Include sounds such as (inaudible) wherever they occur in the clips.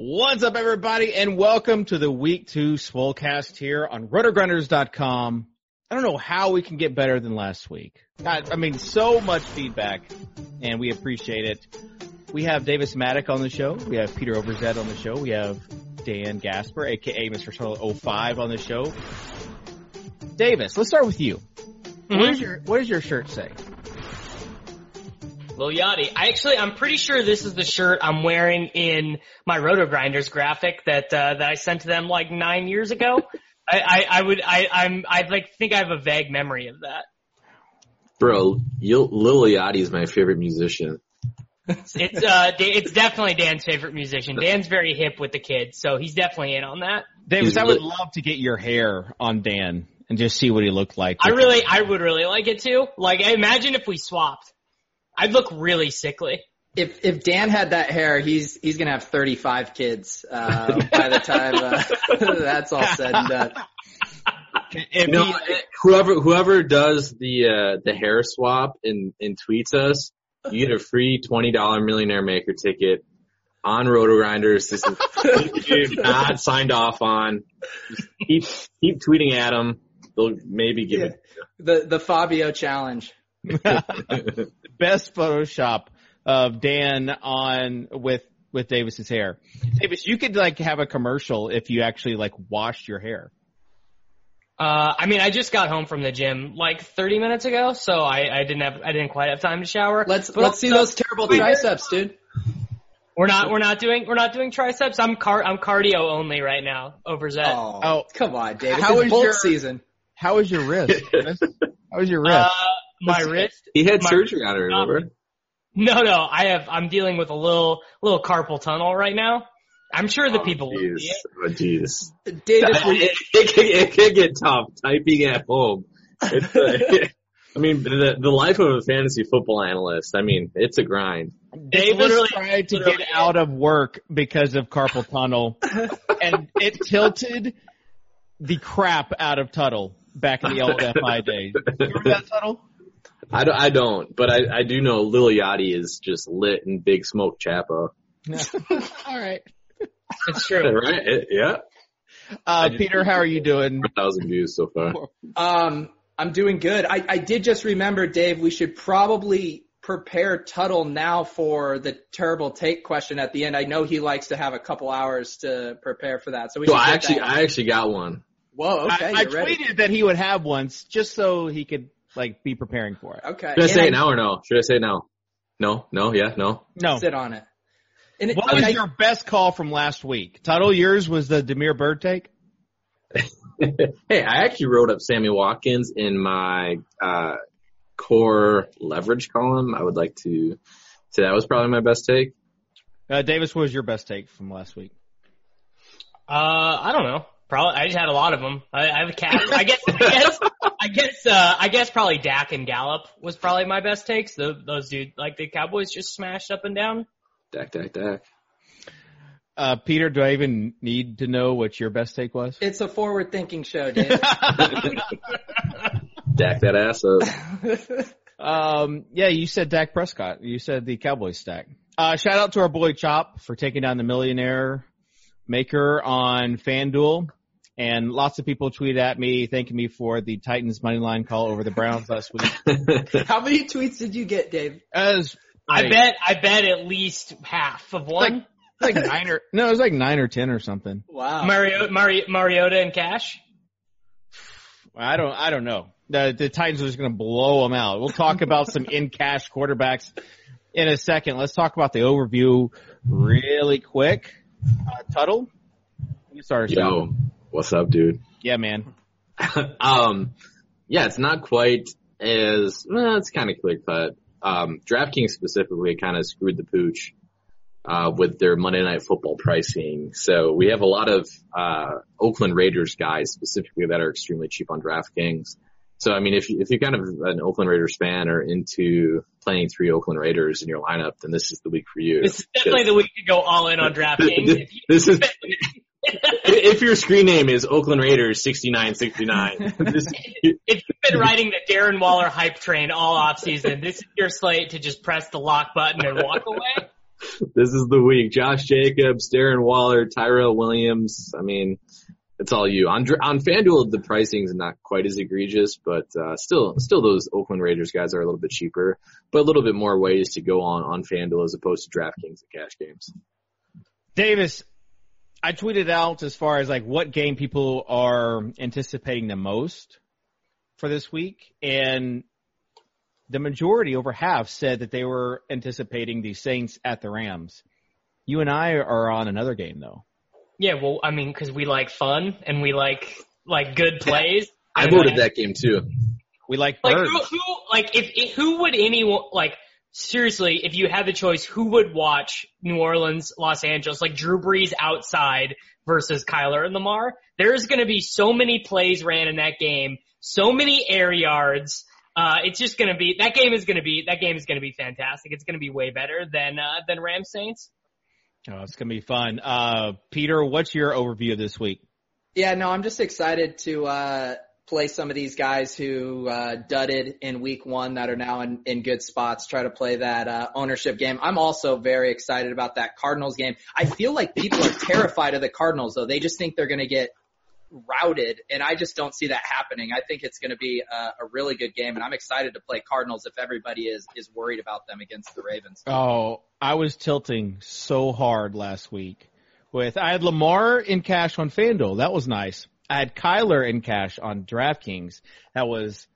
What's up, everybody, and welcome to the week two Swolecast here on rotorgrinders.com. I don't know how we can get better than last week. God, I mean, so much feedback, and we appreciate it. We have Davis Maddock on the show. We have Peter Overzet on the show. We have Dan Gasper, aka Mr. Total 05 on the show. Davis, let's start with you. What, is your, what does your shirt say? Lil Yachty. I actually, I'm pretty sure this is the shirt I'm wearing in my Roto Grinders graphic that uh, that I sent to them like nine years ago. I, I, I would, I, I'm, I like think I have a vague memory of that. Bro, you Lil Yachty is my favorite musician. It's uh, Da- it's definitely Dan's favorite musician. Dan's very hip with the kids, so he's definitely in on that. Davis, He's I would lit- love to get your hair on Dan and just see what he looked like. I really, I would really like it too. Like, I imagine if we swapped, I'd look really sickly. If if Dan had that hair, he's he's gonna have 35 kids (laughs) uh, by the time uh, (laughs) that's all said and done. If No, he- whoever whoever does the uh, the hair swap and, and tweets us, you get a free twenty dollar millionaire maker ticket on RotoGrinders. This (laughs) is dude, not signed off on. Just keep keep tweeting at them. They'll maybe give it. The the Fabio challenge. best Photoshop of Dan on with with Davis's hair. Davis, you could like have a commercial if you actually like washed your hair. Uh, I mean, I just got home from the gym like 30 minutes ago, so I, I didn't have, I didn't quite have time to shower. Let's But let's see also- those terrible triceps, dude. We're not, we're not doing, we're not doing triceps. I'm car, I'm cardio only right now over Uh, Zed. Oh, Oh. come on, David. How How is is bulk your- season? How is your wrist? Davis? How is your wrist? uh, my wrist? He had My- surgery on it. Remember? No, no, I have, I'm dealing with a little, little carpal tunnel right now. I'm sure the people will Jeez. see it. Oh, jeez. David, it, it, it, can- it can get tough typing at home. It's, uh, (laughs) I mean, the, the life of a fantasy football analyst. I mean, it's a grind. (laughs) Davis literally- tried to get literally- out of work because of carpal tunnel, and it tilted the crap out of Tuttle back in the old FI days. Remember that Tuttle? I don't, I don't but I, I do know Lil Yachty is just lit in Big Smoke Chapo. All right. It's true. Right? It- yeah. Uh, Peter, how are you doing? A thousand views so far. Um, I'm doing good. I, I did just remember, Dave, we should probably prepare Tuttle now for the terrible take question at the end. I know he likes to have a couple hours to prepare for that. So we So should I get actually, that. I actually got one. Whoa, okay, I, I you're ready. tweeted that he would have once just so he could like be preparing for it. Okay. Should I say it and now or no? Should I say it now? No, no, yeah, no. No. Sit on it. And it- What and I- was your best call from last week? Tuttle, yours was the Demir Bird take? hey, I actually wrote up Sammy Watkins in my uh, core leverage column. I would like to say that was probably my best take. Uh, Davis, what was your best take from last week? Uh, I don't know. Probably, I just had a lot of them. I, I have a cat. I guess, I guess, I guess, uh, I guess probably Dak and Gallup was probably my best takes. Tho- those dude, like the Cowboys just smashed up and down. Dak, dak, dak. Uh, Peter, do I even need to know what your best take was? it's a forward thinking show, Dave. Dak that ass up. Um, yeah, you said Dak Prescott. You said the Cowboys stack. Uh, shout out to our boy Chop for taking down the millionaire maker on FanDuel. And lots of people tweeted at me thanking me for the Titans money line call over the Browns last week. How many tweets did you get, Dave? As I like- bet, I bet at least half of one. like nine or no, it was like nine or ten or something. Wow. Mario, Mario, Mariota and Cash. I don't, I don't know. The, the Titans are just going to blow them out. We'll talk about some in cash quarterbacks in a second. Let's talk about the overview really quick. Uh, Tuttle, you start. us off. (laughs) Yo, what's up, dude? Yeah, man. um, yeah, it's not quite as well, it's kind of clear cut. Um, DraftKings specifically kind of screwed the pooch uh, with their Monday Night Football pricing. So we have a lot of uh, Oakland Raiders guys specifically that are extremely cheap on DraftKings. So I mean, if you, if you're kind of an Oakland Raiders fan or into playing three Oakland Raiders in your lineup, then this is the week for you. This is definitely (laughs) the week to go all in on DraftKings. If you- this is if your screen name is Oakland Raiders (laughs) 6969, this, (laughs) if you've been riding the Darren Waller hype train all off season, this is your slate to just press the lock button and walk away. this is the week. Josh Jacobs, Darren Waller, Tyrell Williams. I mean, it's all you. On Dr- on FanDuel, the pricing's not quite as egregious, but uh, still, still those Oakland Raiders guys are a little bit cheaper, but a little bit more ways to go on on FanDuel as opposed to DraftKings and cash games. Davis, I tweeted out as far as like what game people are anticipating the most for this week and the majority over half said that they were anticipating the Saints at the Rams. You and I are on another game though. Yeah, well, I mean, because we like fun and we like like good plays. I And, voted like, that game too. We like Like birds. who, who, like if who would anyone like seriously? If you had the choice, who would watch New Orleans, Los Angeles, like Drew Brees outside versus Kyler and Lamar? There's going to be so many plays ran in that game, so many air yards. Uh, it's just going to be that game is going to be that game is going to be fantastic. It's going to be way better than uh, than Rams Saints. Oh, it's gonna be fun. Uh, Peter, what's your overview of this week? Yeah, no, I'm just excited to uh, play some of these guys who uh, dudded in week one that are now in, in good spots, try to play that uh, ownership game. I'm also very excited about that Cardinals game. I feel like people are terrified of the Cardinals, though. They just think they're going to get routed, and I just don't see that happening. I think it's going to be a, a really good game, and I'm excited to play Cardinals if everybody is, is worried about them against the Ravens. Oh, I was tilting so hard last week with I had Lamar in cash on FanDuel. That was nice. I had Kyler in cash on DraftKings. That was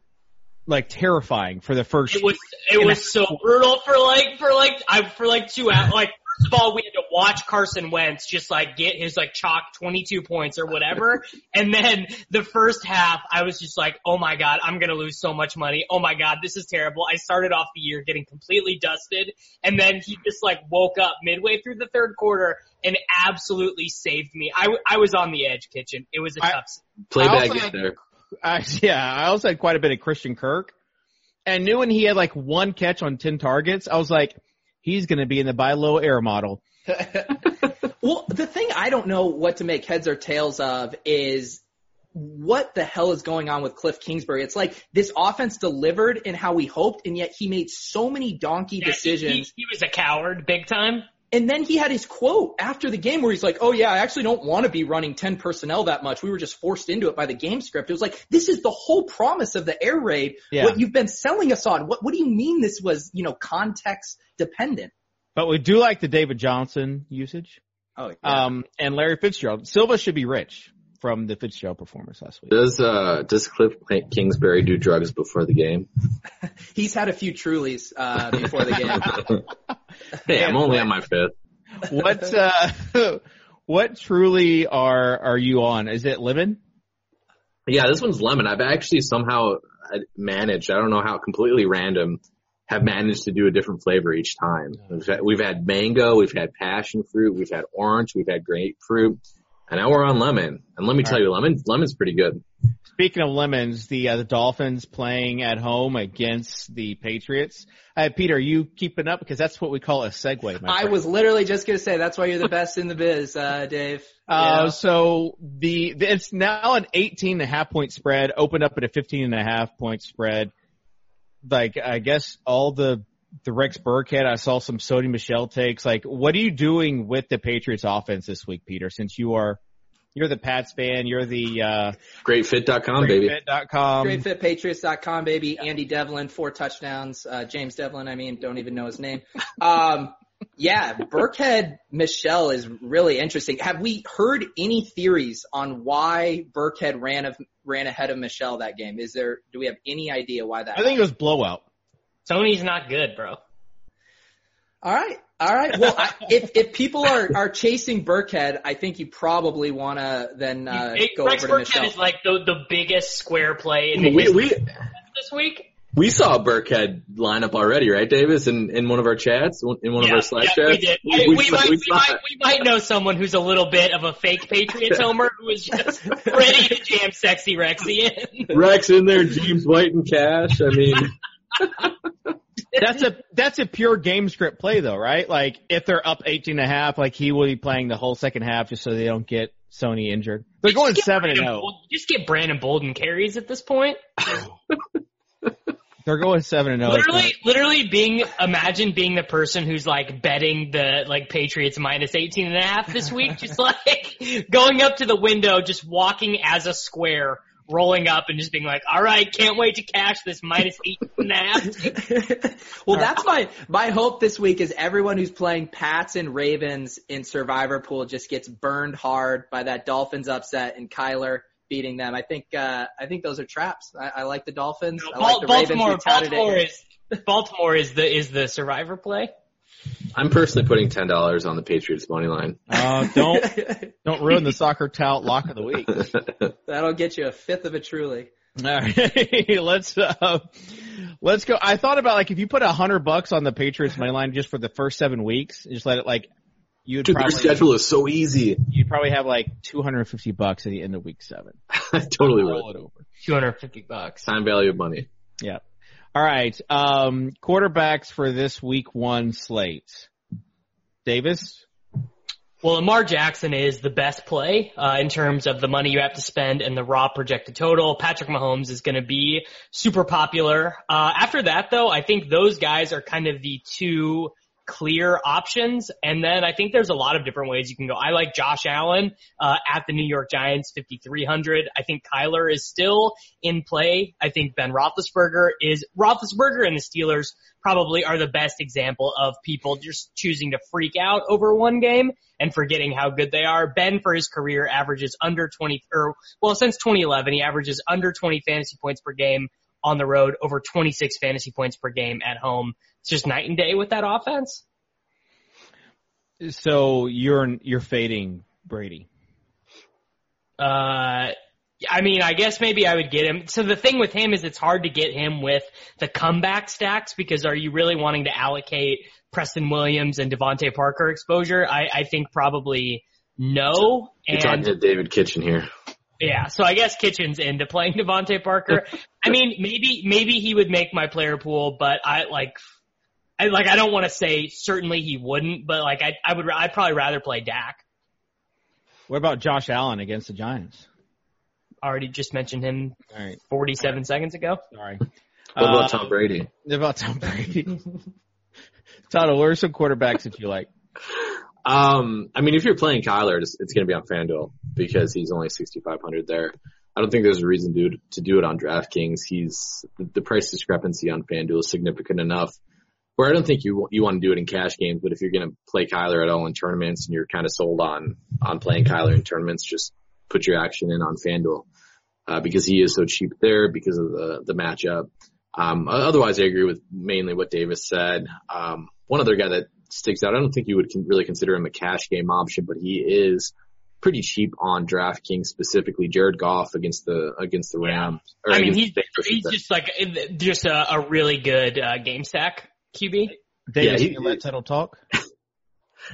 like terrifying for the first. (laughs) It was it was so brutal for like for like I for like two hours. Like first of all, we had to watch Carson Wentz just like get his like chalk twenty two points or whatever, and then the first half I was just like, oh my god, I'm gonna lose so much money. Oh my god, this is terrible. I started off the year getting completely dusted, and then he just like woke up midway through the third quarter and absolutely saved me. I w- I was on the edge kitchen. It was a I- tough. Play I bad also game had- there. I, yeah, I also had quite a bit of Christian Kirk and knew when he had like one catch on 10 targets, I was like, he's going to be in the buy low air model. well, the thing I don't know what to make heads or tails of is what the hell is going on with Cliff Kingsbury? It's like this offense delivered in how we hoped, and yet he made so many donkey Yeah, he- decisions. He, he was a coward, big time. And then he had his quote after the game where he's like, "Oh yeah, I actually don't want to be running 10 personnel that much. We were just forced into it by the game script." It was like, "This is the whole promise of the air raid. Yeah. What you've been selling us on. What what do you mean this was, you know, context dependent?" But we do like the David Johnson usage. Oh, Um, and Larry Fitzgerald. Silva should be rich from the Fitzgerald performance last week. Does uh does Cliff Kingsbury do drugs before the game? he's had a few trulies uh before the game. Hey, I'm only on my (laughs) fifth. What, uh, (laughs) what truly are, are you on? Is it lemon? Yeah, this one's lemon. I've actually somehow uh, managed. I don't know how completely random. Have managed to do a different flavor each time. We've had, we've had mango, we've had passion fruit, we've had orange, we've had grapefruit, and now we're on lemon. And let me tell you, lemon lemon's pretty good. Speaking of lemons, the uh, the Dolphins playing at home against the Patriots. Uh, Peter, are you keeping up? Because that's what we call a segue. My I friend. was literally just going to say that's why you're the best in the biz, uh Dave. Uh, so the, the- it's now an 18 and a half point spread opened up at a 15 and a half point spread. Like, I guess all the, the Rex Burkhead, I saw some Sony Michelle takes. Like, what are you doing with the Patriots offense this week, Peter? Since you are, you're the Pats fan, you're the, uh, Greatfit.com, baby. Um, greatfit.com. GreatFitPatriots.com, baby. Andy Devlin, four touchdowns. Uh, James Devlin, I mean, don't even know his name. Um, yeah, Burkhead Michelle is really interesting. Have we heard any theories on why Burkhead ran of ran ahead of Michelle that game? Is there? Do we have any idea why that? I think it was blowout. Tony's not good, bro. All right. All right. Well, I, if if people are are chasing Burkhead, I think you probably want to then uh, Hey, go Rex over to Burkhead Michelle. is like the the biggest square play in the We, history we this week. we saw a Burkhead lineup already, right, Davis? In in one of our chats, in one of Yeah, our Slack yeah, we chats. did. We, we saw- might, we, saw might, it. we might know someone who's a little bit of a fake (laughs) Patriots homer who is just ready to jam sexy Rexy in. Rex in there, James White and Cash. I (laughs) mean, that's a that's a pure game script play though, right? Like if they're up 18 and a half, like he will be playing the whole second half just so they don't get Sony injured. They're going Just get seven and oh. Brandon zero. Bolden- Just get Brandon Bolden carries at this point. They're going seven and oh, zero. Literally, literally being imagine being the person who's like betting the like Patriots minus eighteen and a half this week, just like going up to the window, just walking as a square, rolling up and just being like, "All right, can't wait to cash this minus eighteen and a half." (laughs) well, that's my my hope this week is everyone who's playing Pats and Ravens in Survivor Pool just gets burned hard by that Dolphins upset and Kyler beating them. I think uh, I think those are traps. I, I like the Dolphins. I like Bal- the Baltimore, Ravens. We touted it. Baltimore is Baltimore is the is the survivor play. I'm personally putting ten dollars on the Patriots money line. (laughs) Uh, don't don't ruin the soccer tout lock of the (laughs) week. (laughs) That'll get you a fifth of a truly. All right, (laughs) let's uh, let's go. I thought about like if you put a hundred bucks on the Patriots money line just for the first seven weeks, and just let it like you'd Dude, their probably schedule is so easy. (laughs) you'd probably have like 250 bucks at the end of week seven. I totally Roll would. it over. Two hundred fifty bucks. Time value of money. Yeah. All right. Um, quarterbacks for this week one slate. Davis. Well, Lamar Jackson is the best play uh, in terms of the money you have to spend and the raw projected total. Patrick Mahomes is going to be super popular. Uh, after that, though, I think those guys are kind of the two clear options. And then I think there's a lot of different ways you can go. I like Josh Allen uh, at the New York Giants, 5,300. I think Kyler is still in play. I think Ben Roethlisberger is Roethlisberger and the Steelers probably are the best example of people just choosing to freak out over one game and forgetting how good they are. Ben for his career averages under 20 or well since 2011 he averages under 20 fantasy points per game on the road over 26 fantasy points per game at home. It's just night and day with that offense. So you're you're fading Brady. Uh, I mean, I guess maybe I would get him. So the thing with him is it's hard to get him with the comeback stacks because are you really wanting to allocate Preston Williams and Devontae Parker exposure? I, I think probably no. You're talking And to David Kitchen here. Yeah, so I guess Kitchen's into playing Devonte Parker. I mean, maybe maybe he would make my player pool, but I like, I like I don't want to say certainly he wouldn't, but like I I would ra- I'd probably rather play Dak. What about Josh Allen against the Giants? Already just mentioned him All right, 47 seconds ago. sorry. What about Uh, Tom Brady? About Tom Brady. (laughs) Todd, what are some quarterbacks that you like? Um, I mean, if you're playing Kyler, it's, it's going to be on FanDuel because he's only 6,500 there. I don't think there's a reason to, to do it on DraftKings. He's the, the price discrepancy on FanDuel is significant enough where I don't think you you want to do it in cash games, but if you're going to play Kyler at all in tournaments and you're kind of sold on on playing Kyler in tournaments, just put your action in on FanDuel uh, because he is so cheap there because of the the matchup. Um, otherwise, I agree with mainly what Davis said. Um, one other guy that sticks out, I don't think you would con- really consider him a cash game option, but he is pretty cheap on DraftKings specifically. Jared Goff against the against the Rams. or I mean, against he's the Bengals, he's sorry. just like just a, a really good uh, game stack QB. Davis, he- you gonna let Tuttle talk?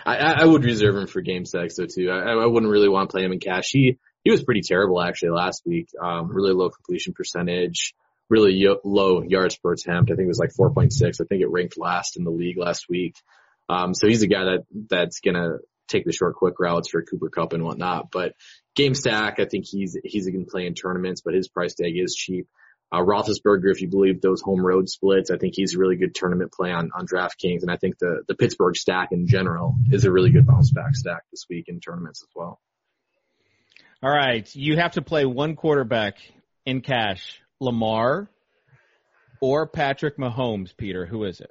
I, I I would reserve him for game stacks though too. I, I wouldn't really want to play him in cash. He he was pretty terrible actually last week. Um, really low completion percentage, really yo- low yards per attempt. I think it was like 4.6. I think it ranked last in the league last week. Um, so he's a guy that that's gonna take the short quick routes for Cooper Cup and whatnot. But game stack, I think he's he's gonna play in tournaments, but his price tag is cheap. Uh, Roethlisberger, if you believe those home road splits, I think he's a really good tournament play on, on DraftKings. And I think the, the Pittsburgh stack in general is a really good bounce back stack this week in tournaments as well. All right, you have to play one quarterback in cash, Lamar or Patrick Mahomes. Peter, who is it?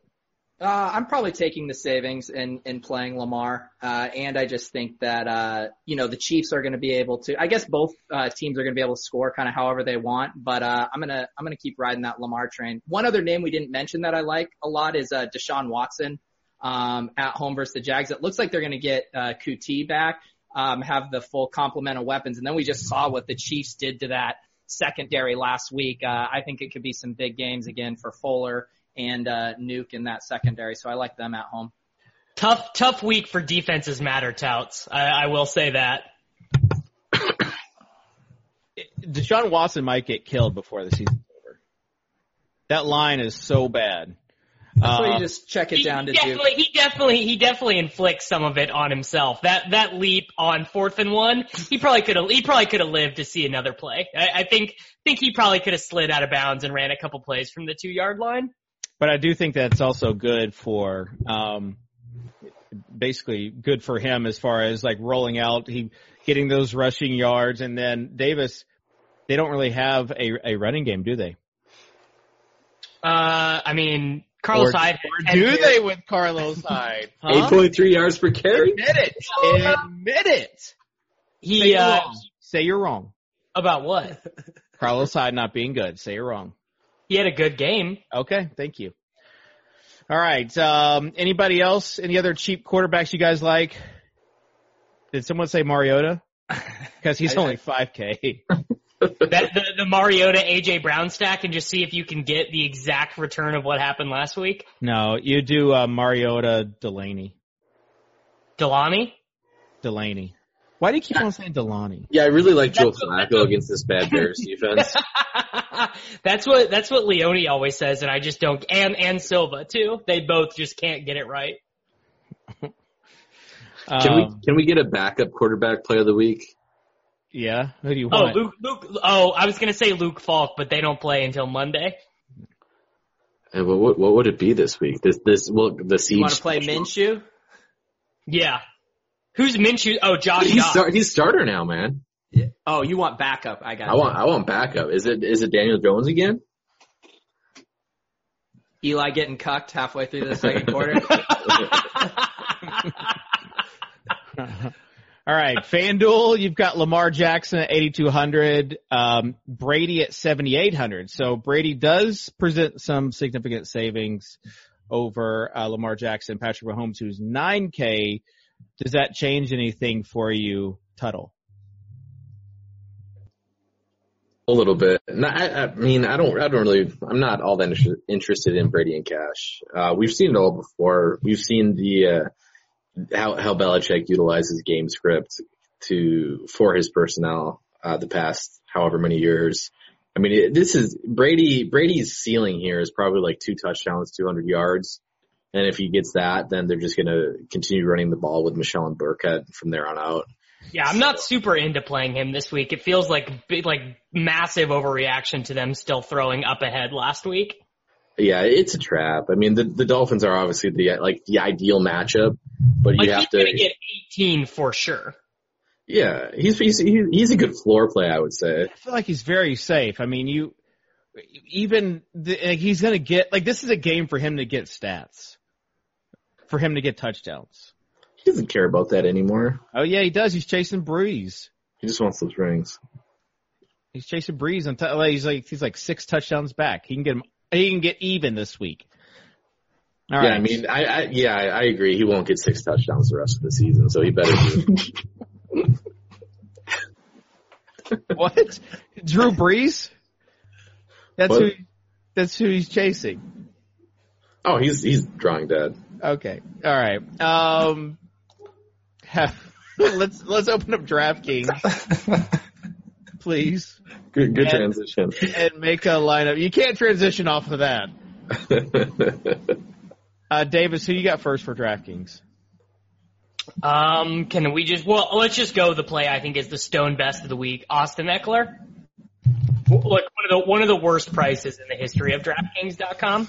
Uh, I'm probably taking the savings in, in playing Lamar. Uh, and I just think that, uh, you know, the Chiefs are going to be able to, I guess both, uh, teams are going to be able to score kind of however they want, but, uh, I'm going to, I'm going to keep riding that Lamar train. One other name we didn't mention that I like a lot is, uh, Deshaun Watson, um, at home versus the Jags. It looks like they're going to get, uh, QT back, um, have the full complement of weapons. And then we just saw what the Chiefs did to that secondary last week. Uh, I think it could be some big games again for Fuller and uh, Nuke in that secondary. So I like them at home. Tough tough week for defenses matter touts. I, I will say that. Deshaun Watson might get killed before the season's over. That line is so bad. So Uh, you just check it He down to Duke. definitely, he definitely, he definitely inflicts some of it on himself. That that leap on fourth and one, he probably could have, he probably could have lived to see another play. I, I think, think he probably could have slid out of bounds and ran a couple plays from the two yard line. but I do think that's also good for um basically good for him as far as like rolling out he getting those rushing yards and then Davis they don't really have a a running game do they Uh, I mean, Carlos Or- Hyde. with Carlos Hyde 8.3 yards per carry? admit it admit it say, He uh, you're wrong. say you're wrong about what? Carlos Hyde not being good say you're wrong He had a good game. okay thank you all right um anybody else any other cheap quarterbacks you guys like did someone say Mariota because he's I- only 5k That the, the Mariota AJ Brown stack and just see if you can get the exact return of what happened last week. No, you do uh, Mariota Delaney. Delani. Delaney. Why do you keep on saying Delaney? Yeah, I really like Joe Flacco against this bad (laughs) Bears defense. (laughs) that's what that's what Leone always says, and I just don't. And and Silva too. They both just can't get it right. Can we, Um, can we get a backup quarterback play of the week? Yeah. Who do you Oh, want? Luke, Luke. Oh, I was gonna say Luke Falk, but they don't play until Monday. And what, what, what would it be this week? This, this, well, the You want siege. to play Minshew? Yeah. Who's Minshew? Oh, Josh. (laughs) He's, Dobbs. start, he's starter now, man. Oh, you want backup? I got. I want, I want backup. Is it, is it Daniel Jones again? you. Eli getting cucked halfway through the second quarter. All right. FanDuel, you've got Lamar Jackson at 8,200, um, Brady at 7,800. So Brady does present some significant savings over uh, Lamar Jackson, Patrick Mahomes, who's 9K. Does that change anything for you, Tuttle? A little bit. No, I, I mean, I don't, I don't really, I'm not all that inter- interested in Brady and Cash. Uh, we've seen it all before. We've seen the, uh, how, how Belichick utilizes game script to, for his personnel. uh, the past however many years. I mean, it, this is Brady. Brady's ceiling here is probably like two touchdowns, 200 yards, and if he gets that, then they're just going to continue running the ball with Michelle and Burkett from there on out. Yeah, I'm not super into playing him this week. It feels like big, like massive overreaction to them still throwing up ahead last week. Yeah, it's a trap. I mean, the the Dolphins are obviously the like the ideal matchup, but Like you he's have to. gonna get 18 for sure. yeah, he's, he's he's he's a good floor play, I would say. I feel like he's very safe. I mean, you even the, like he's gonna get like this is a game for him to get stats, for him to get touchdowns. He doesn't care about that anymore. Oh yeah, he does. He's chasing Breeze. He just wants those rings. He's chasing Breeze on. T- like, he's like he's like six touchdowns back. He can get him. He can get even this week. All right. yeah, I mean, I, I yeah, I, I agree. He won't get six touchdowns the rest of the season, so he better. Do. (laughs) what? Drew Brees? That's What? who. That's who he's chasing. oh, he's he's drawing dead. Okay. All right. Um. (laughs) let's let's open up DraftKings, (laughs) please, Good good Yeah. transition. (laughs) and make a lineup. You can't transition off of that. Uh, Davis, who you got first for DraftKings? Um, can we just well let's just go with the play I think is the stone best of the week, Austin Eckler. Look, one of the one of the worst prices in the history of DraftKings.com.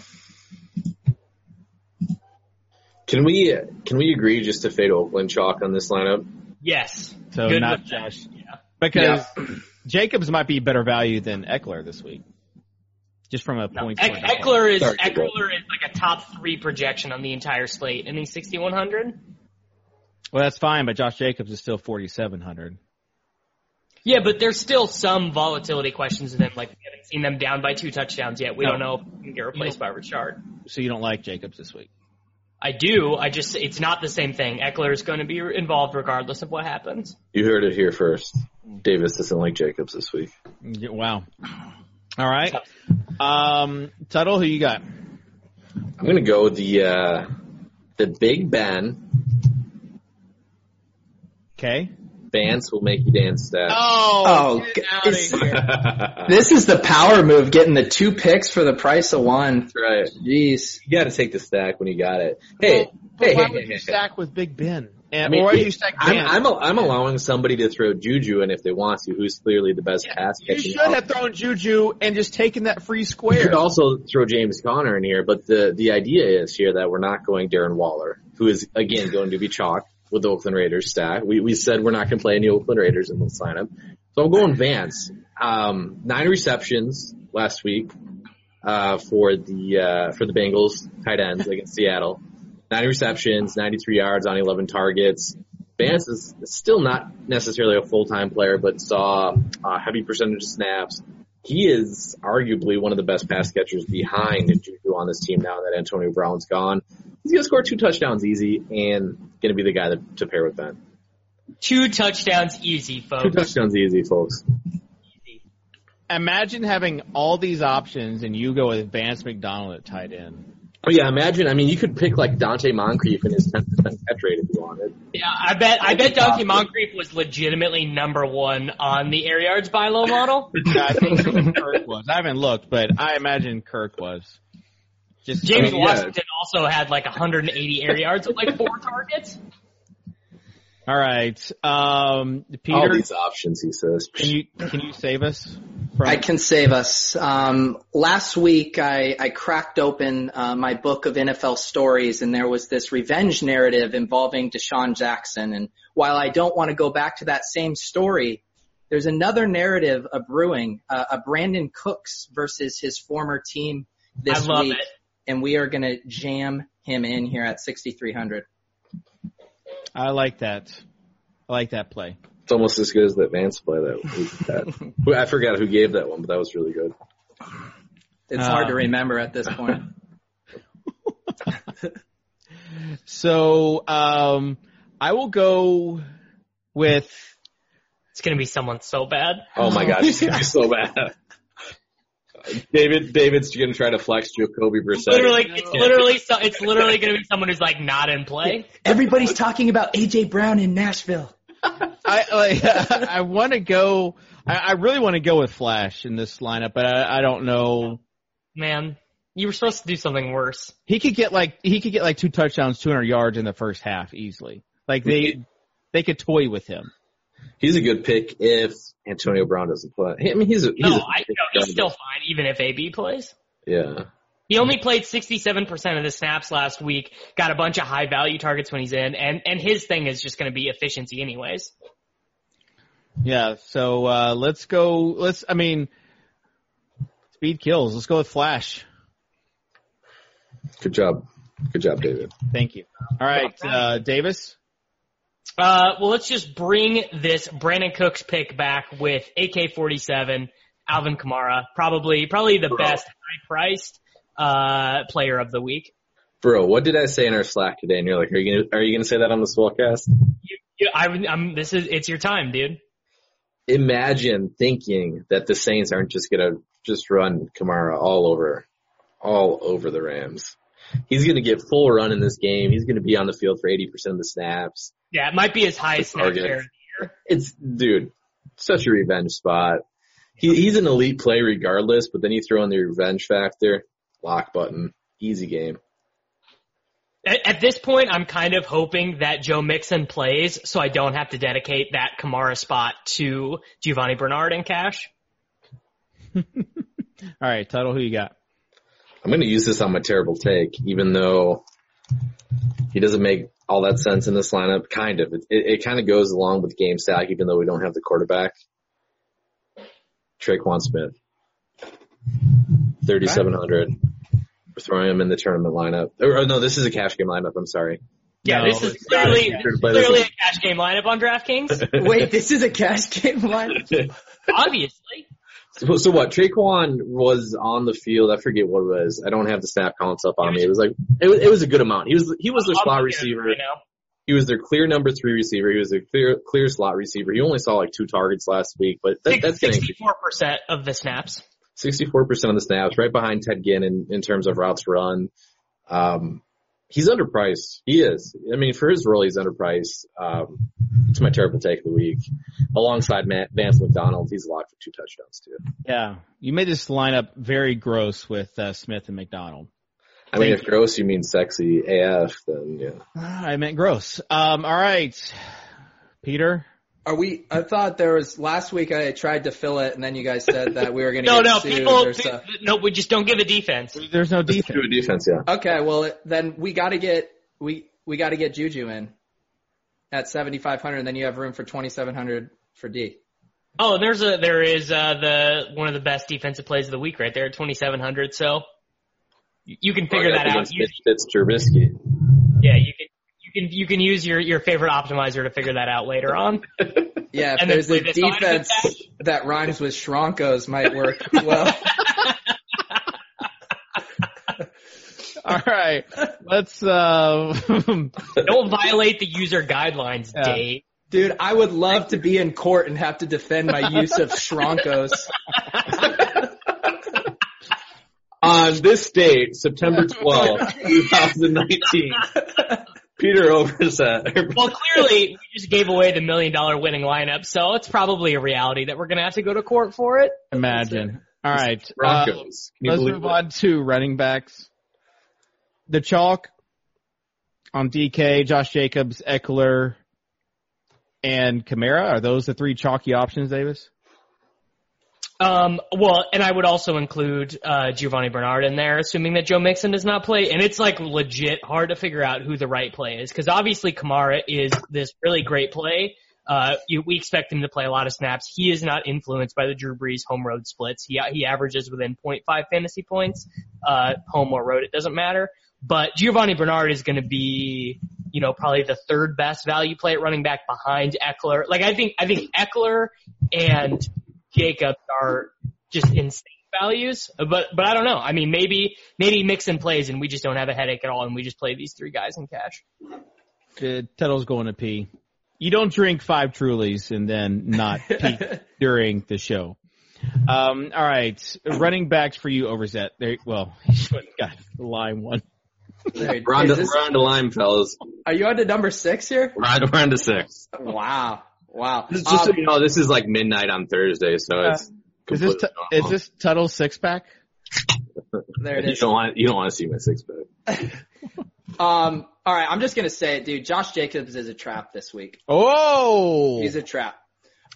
can we can we agree just to fade Oakland chalk on this lineup? Yes. So Good not with that. Josh, because (clears throat) Jacobs might be better value than Eckler this week, just from a No, point. Eck- standpoint. Eckler is Sorry, Gabriel. Eckler is like a top three projection on the entire slate, and he's 6100. Well, that's fine, but Josh Jacobs is still forty seven hundred. Yeah, but there's still some volatility questions in them. Like we haven't seen them down by two touchdowns yet. We No. don't know if they can get replaced by Richard. So you don't like Jacobs this week? I do. I just it's not the same thing. Eckler is going to be involved regardless of what happens. You heard it here first. Davis doesn't like Jacobs this week. Yeah, Wow. All right. Um, Tuttle, who you got? I'm gonna go the uh, the Big Ben. Okay. Vance will make you dance. That. (laughs) Oh, get g- outta it's- here. (laughs) this is the power move, getting the two picks for the price of one. right. Jeez. You got to take the stack when you got it. Hey, Well, but hey, why hey, would hey, you hey. stack with Big Ben? And, I mean, or why would it- you stack I'm, Ben? I'm, al- I'm allowing somebody to throw Juju in if they want to, who's clearly the best pass you catcher. should have thrown Juju and just taken that free You square. could also throw James Conner in here, but the, the idea is here that we're not going Darren Waller, who is again going to be chalk with the Oakland Raiders stack. We, we said we're not going to play any Oakland Raiders in this lineup. So I'm going Vance. Um, nine receptions last week, uh, for the, uh, for the Bengals tight ends against Seattle. Nine receptions, 93 yards on 11 targets. Vance is still not necessarily a full-time player, but saw a heavy percentage of snaps. He is arguably one of the best pass catchers behind Juju on this team now that Antonio Brown's gone. He's gonna score two touchdowns easy and gonna be the guy that, to pair with Ben. Two touchdowns easy, Two folks. touchdowns easy, folks. Imagine having all these options and you go with Vance McDonald at tight end. Oh yeah, imagine. I mean, you could pick like Dante Moncrief in his 10% catch rate if you wanted. Yeah, I bet I bet Donkey Moncrief was legitimately number one on the air yards by low (laughs) model. Yeah, I think Kirk was. I haven't looked, but I imagine Kirk was. Just James I mean, yeah. Washington also had like 180 air yards with like four targets. All right. Um, All Peter, these options, he says. can you can you save us? From, I can save us. Um, last week, I, I cracked open uh, my book of NFL stories, and there was this revenge narrative involving Deshaun Jackson. And while I don't want to go back to that same story, there's another narrative of brewing, uh, a Brandon Cooks versus his former team this I love week, it. and we are going to jam him in here at 6,300. I like that. I like that play. It's almost as good as that Vance play that. that who- I forgot who gave that one, but that was really good. It's Uh, Ah. hard to remember at this (laughs) point. So um, I will go with It's gonna be someone so bad. Oh my gosh, it's gonna be so bad. David, David's gonna try to flex Jacoby Brissett. Literally, it's literally so, it's literally gonna be someone who's like not in play. Everybody's talking about AJ Brown in Nashville. (laughs) I like, I want to go. I, I really want to go with Flash in this lineup, but I, I don't know. Man, you were supposed to do something worse. He could get like he could get like two touchdowns, 200 yards in the first half easily. Like they they could toy with him. He's a good pick if Antonio Brown doesn't play. I mean, he's a, he's No, a I, no, he's still fine even if AB plays. yeah. He only played 67% of the snaps last week, got a bunch of high value targets when he's in, and, and his thing is just going to be efficiency anyways. Yeah. So uh, let's go. Let's. I mean, speed kills. Let's go with Flash. Good job, good job, David. Thank you. All right, uh, Davis. Uh, well, let's just bring this Brandon Cooks pick back with AK-47, Alvin Kamara, probably, probably the best high priced, uh, player of the week. Bro, what did I say in our Slack today? And you're like, are you gonna are you gonna say that on the Swolecast? Yeah, I, I'm, this is, it's your time, dude. Imagine thinking that the Saints aren't just gonna just run Kamara all over, all over the Rams. He's gonna get full run in this game. He's gonna be on the field for 80% of the snaps. Yeah, it might be his highest snap Target. share. It's dude, such a revenge spot. He, he's an elite play regardless, but then you throw in the revenge factor, lock button, easy game. At, at this point, I'm kind of hoping that Joe Mixon plays so I don't have to dedicate that Kamara spot to Giovanni Bernard and Cash. All right, Tuttle. Who you got? I'm going to use this on my terrible take, even though he doesn't make all that sense in this lineup. Kind of. It, it, it kind of goes along with game stack, even though we don't have the quarterback. Traquan Smith. 3,700. We're throwing him in the tournament lineup. Or, or no, this is a cash game lineup. I'm sorry. Yeah, No, this is it's not clearly, a cash. clearly a cash game lineup on (laughs) DraftKings. Wait, this is a cash game line. Obviously. So, so what? Traquan was on the field. I forget what it was. I don't have the snap counts up on me. It was like it was, it was a good amount. He was he was their Obviously, spot receiver. You know. he was their clear number three receiver. He was their clear clear slot receiver. He only saw like two targets last week, but that, that's getting Sixty-four percent of the snaps. sixty four percent of the snaps, right behind Ted Ginn in, in terms of routes run. Um, he's underpriced. He is. I mean, for his role, he's underpriced. Um, it's my terrible take of the week. Alongside Matt, Vance McDonald, he's locked for two touchdowns too. Yeah, you made this lineup very gross with uh, Smith and McDonald. I mean, Thank if gross you mean sexy AF, then yeah. Ah, I meant gross. Um, all right, Peter. Are we? I thought there was last week. I tried to fill it, and then you guys said that we were going to. (laughs) No, get no, sued people. or so. No, we just don't give a defense. There's no Just do defense. a defense, yeah. Okay, well it- then we got to get we we got to get Juju in at 7500, and then you have room for 2700 for D. Oh, and there's a there is uh, the one of the best defensive plays of the week right there at 2700. So you you can figure that out. Oh, Against You- Fitz Trubisky. yeah, you can you can you can use your your favorite optimizer to figure that out later on. Yeah, if And then there's play a this line with defense that rhymes with Shronkos, might work well. (laughs) All right, let's. Uh, (laughs) Don't violate the user guidelines, Yeah. Dave. Dude, I would love to be in court and have to defend my use (laughs) of Shronkos. On this date, September 12th, 2019, Peter Overset. Well, clearly we just gave away the million dollar winning lineup, so it's probably a reality that we're gonna have to go to court for it. imagine. All right, uh, Broncos. Can you let's believe move it? on to running backs. The chalk on DK, Josh Jacobs, Eckler, and Kamara. Are those the three chalky options, Davis? Um, well, and I would also include uh, Giovanni Bernard in there, assuming that Joe Mixon does not play. And it's like legit hard to figure out who the right play is because obviously Kamara is this really great play. Uh, you, we expect him to play a lot of snaps. He is not influenced by the Drew Brees home road splits. He he averages within 0.5 fantasy points, uh, home or road. It doesn't matter. But Giovanni Bernard is going to be, you know, probably the third best value play at running back behind Eckler. Like I think I think Eckler and Jacobs are just insane values. But but I don't know. I mean, maybe maybe Mixon plays and we just don't have a headache at all, and we just play these three guys in cash. The Tuttle's going to pee. You don't drink five Trulies and then (laughs) not pee during the show. Um, all right, running backs for you, Overzet. There, well, (laughs) you went and got the line one. Dude, We're on, is to, this- we're on to Lime, fellas. are you on to number six here? We're on, we're on to six. Wow. Wow. Just, just so Um, you know, this is like midnight on Thursday, so Yeah. it's Is this completely tu- normal. is this Tuttle six pack? there it You is. don't want you don't want to see my six pack. Um, all right, I'm just gonna say it, dude. Josh Jacobs is a trap this week. Oh, He's a trap.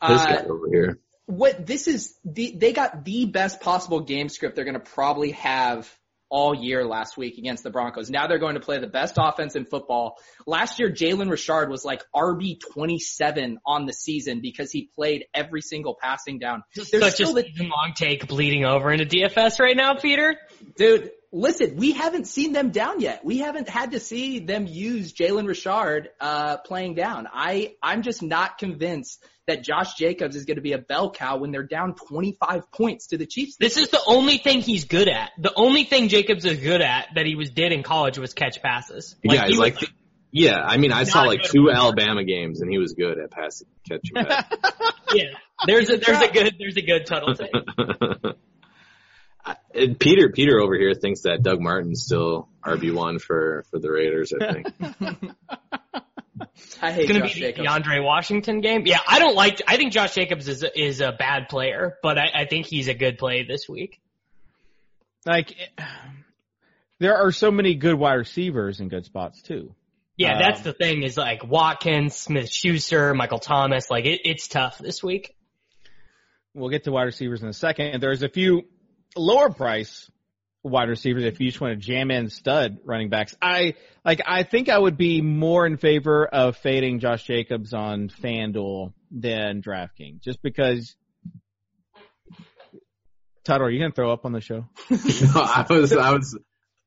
This Uh, guy over here. what this is the they got the best possible game script they're going to probably have all year last week against the Broncos. Now they're going to play the best offense in football. Last year, Jalen Richard was like RB 27 on the season because he played every single passing down. Just There's such a still the- season long take bleeding over into DFS right now, Peter. Dude, listen, we haven't seen them down yet. We haven't had to see them use Jalen Richard uh, playing down. I I'm just not convinced that Josh Jacobs is going to be a bell cow when they're down 25 points to the Chiefs. This is the only thing he's good at. The only thing Jacobs is good at that he was did in college was catch passes. yeah, he he's like, was- yeah. I mean, I saw not like good two Alabama games, and he was good at passing, catching passes. (laughs) yeah. There's a there's a trap. good there's a good Tuttle (laughs) take. I- and (laughs) Peter Peter over here thinks that Doug Martin's still RB one for for the Raiders. (laughs) I think. I hate It's gonna Josh be Jacobs. the DeAndre Washington game. Yeah, I don't like. I think Josh Jacobs is a, is a bad player, but I, I think he's a good play this week. like it- there are so many good wide receivers in good spots too. Yeah, Um, that's the thing is like Watkins, Smith, Schuster, Michael Thomas. Like it, it's tough this week. We'll get to wide receivers in a second. And there's a few lower price wide receivers if you just want to jam in stud running backs. I like I think I would be more in favor of fading Josh Jacobs on FanDuel than DraftKings just because Todd, are you gonna throw up on the show? no, I was I was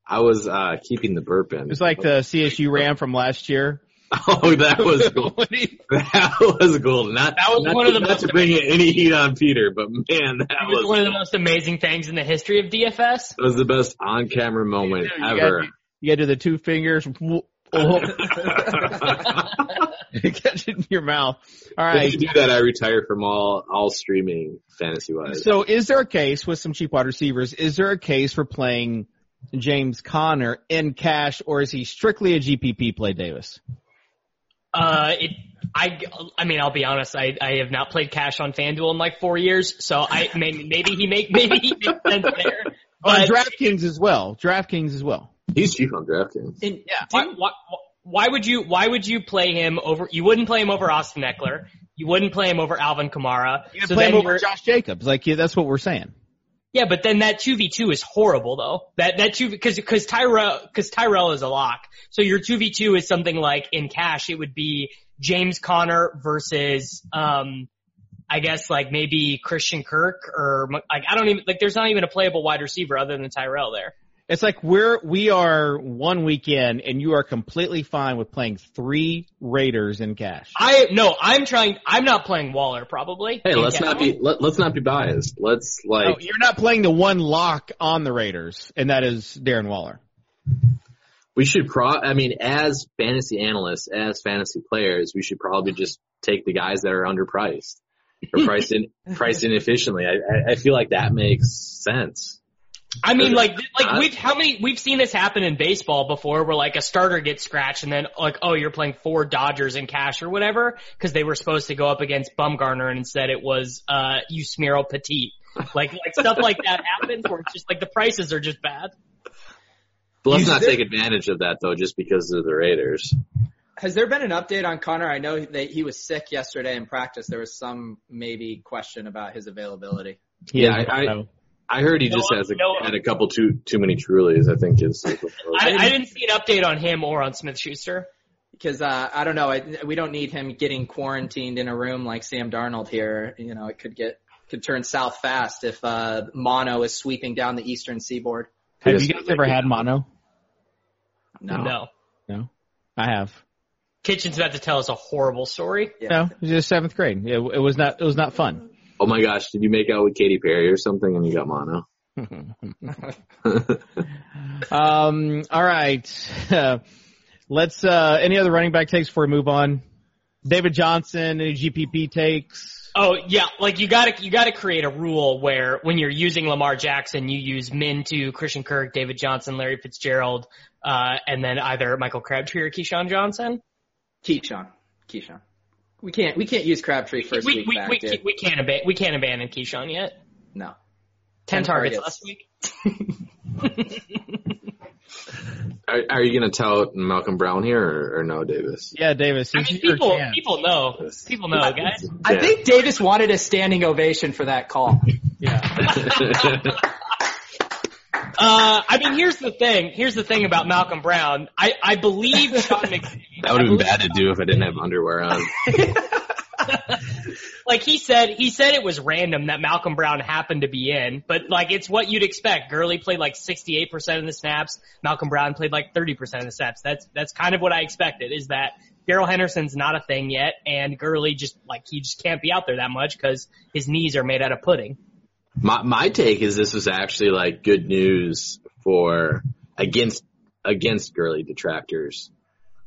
I was uh keeping the burp in. It's like the CSU Ram from last year. (laughs) oh, that (laughs) was cool. What do you- That was cool. Not That was not one of to, the not to most- bring any heat on Peter, but man, that It was, was one of the most amazing things in the history of DFS. that was the best on camera moment You gotta ever. do- You gotta do the two fingers Oh. (laughs) (laughs) catch it in your mouth. All (laughs) If right. you do that, I retire from all all streaming fantasy wise. So is there a case with some cheap wide receivers? Is there a case for playing James Conner in cash, or is he strictly a GPP play, Davis? Uh, it, I, I mean, I'll be honest. I, I have not played cash on FanDuel in like four years, so I maybe maybe he make maybe he makes sense there. On (laughs) But DraftKings as well. DraftKings as well. He's cheap on DraftKings. And why, why, why would you why would you play him over? You wouldn't play him over Austin Eckler. You wouldn't play him over Alvin Kamara. You can So play him then over you're- Josh Jacobs. Like yeah, that's what we're saying. Yeah, but then that two v two is horrible though. That that two because because Tyrell because Tyrell is a lock. So your two v two is something like in cash it would be James Conner versus um I guess like maybe Christian Kirk or like I don't even like there's not even a playable wide receiver other than Tyrell there. It's like we're we are one week in, and you are completely fine with playing three Raiders in cash. I no I'm trying I'm not playing Waller probably. Hey, in let's cash. not be let, let's not be biased. Let's Oh, like No, you're not playing the one lock on the Raiders, and that is Darren Waller. we should pro. I mean, as fantasy analysts, as fantasy players, we should probably just take the guys that are underpriced (laughs) or priced in priced inefficiently. I, I, I feel like that makes sense. I mean, Or like, like not. we've how many we've seen this happen in baseball before, where like a starter gets scratched, and then like, oh, you're playing four Dodgers in cash or whatever, because they were supposed to go up against Bumgarner, and instead it was uh, you Smearl Petit, like like stuff like that (laughs) happens, where it's just like the prices are just bad. But let's You not should- take advantage of that though, just because of the Raiders. Has there been an update on Connor? I know that he was sick yesterday in practice. There was some maybe question about his availability. He Yeah, is- I- I- I heard he No, just has a, no. had a couple too too many Trulies. I think is. I, I didn't see an update on him or on Smith Schuster. Because uh, I don't know, I, we don't need him getting quarantined in a room like Sam Darnold here. You know, it could get could turn south fast if uh, mono is sweeping down the eastern seaboard. have you guys ever had mono? No, no, No, I have. Kitchen's about to tell us a horrible story. Yeah. No, it was just seventh grade. It, it was not. It was not fun. Oh my gosh! Did you make out with Katy Perry or something, and you (laughs) got mono? (laughs) Um. All right. (laughs) let's. Uh. Any other running back takes before we move on? David Johnson. Any GPP takes? Oh yeah, like you gotta you gotta create a rule where when you're using Lamar Jackson, you use Min to Christian Kirk, David Johnson, Larry Fitzgerald, uh, and then either Michael Crabtree or Keyshawn Johnson. Keyshawn, Keyshawn. We can't we can't use Crabtree first we, week we, back, we, dude. we can't abandon we can't abandon Keyshawn yet. no. Ten, Ten targets. targets. last week. Are, are you going to tell Malcolm Brown here or, or no, Davis? Yeah, Davis. (laughs) I this mean, is your people chance. people know people know, guys. I (laughs) think Davis wanted a standing ovation for that call. Yeah. Uh, I mean, here's the thing. Here's the thing about Malcolm Brown. I I believe Sean (laughs) McVay. that would have been bad to do if I didn't have underwear on. (laughs) like he said, he said it was random that Malcolm Brown happened to be in, but like it's what you'd expect. Gurley played like 68% of the snaps. Malcolm Brown played like 30% of the snaps. That's, that's kind of what I expected is that Daryl Henderson's not a thing yet and Gurley just like he just can't be out there that much because his knees are made out of pudding. My my take is this was actually like good news for against against Gurley detractors.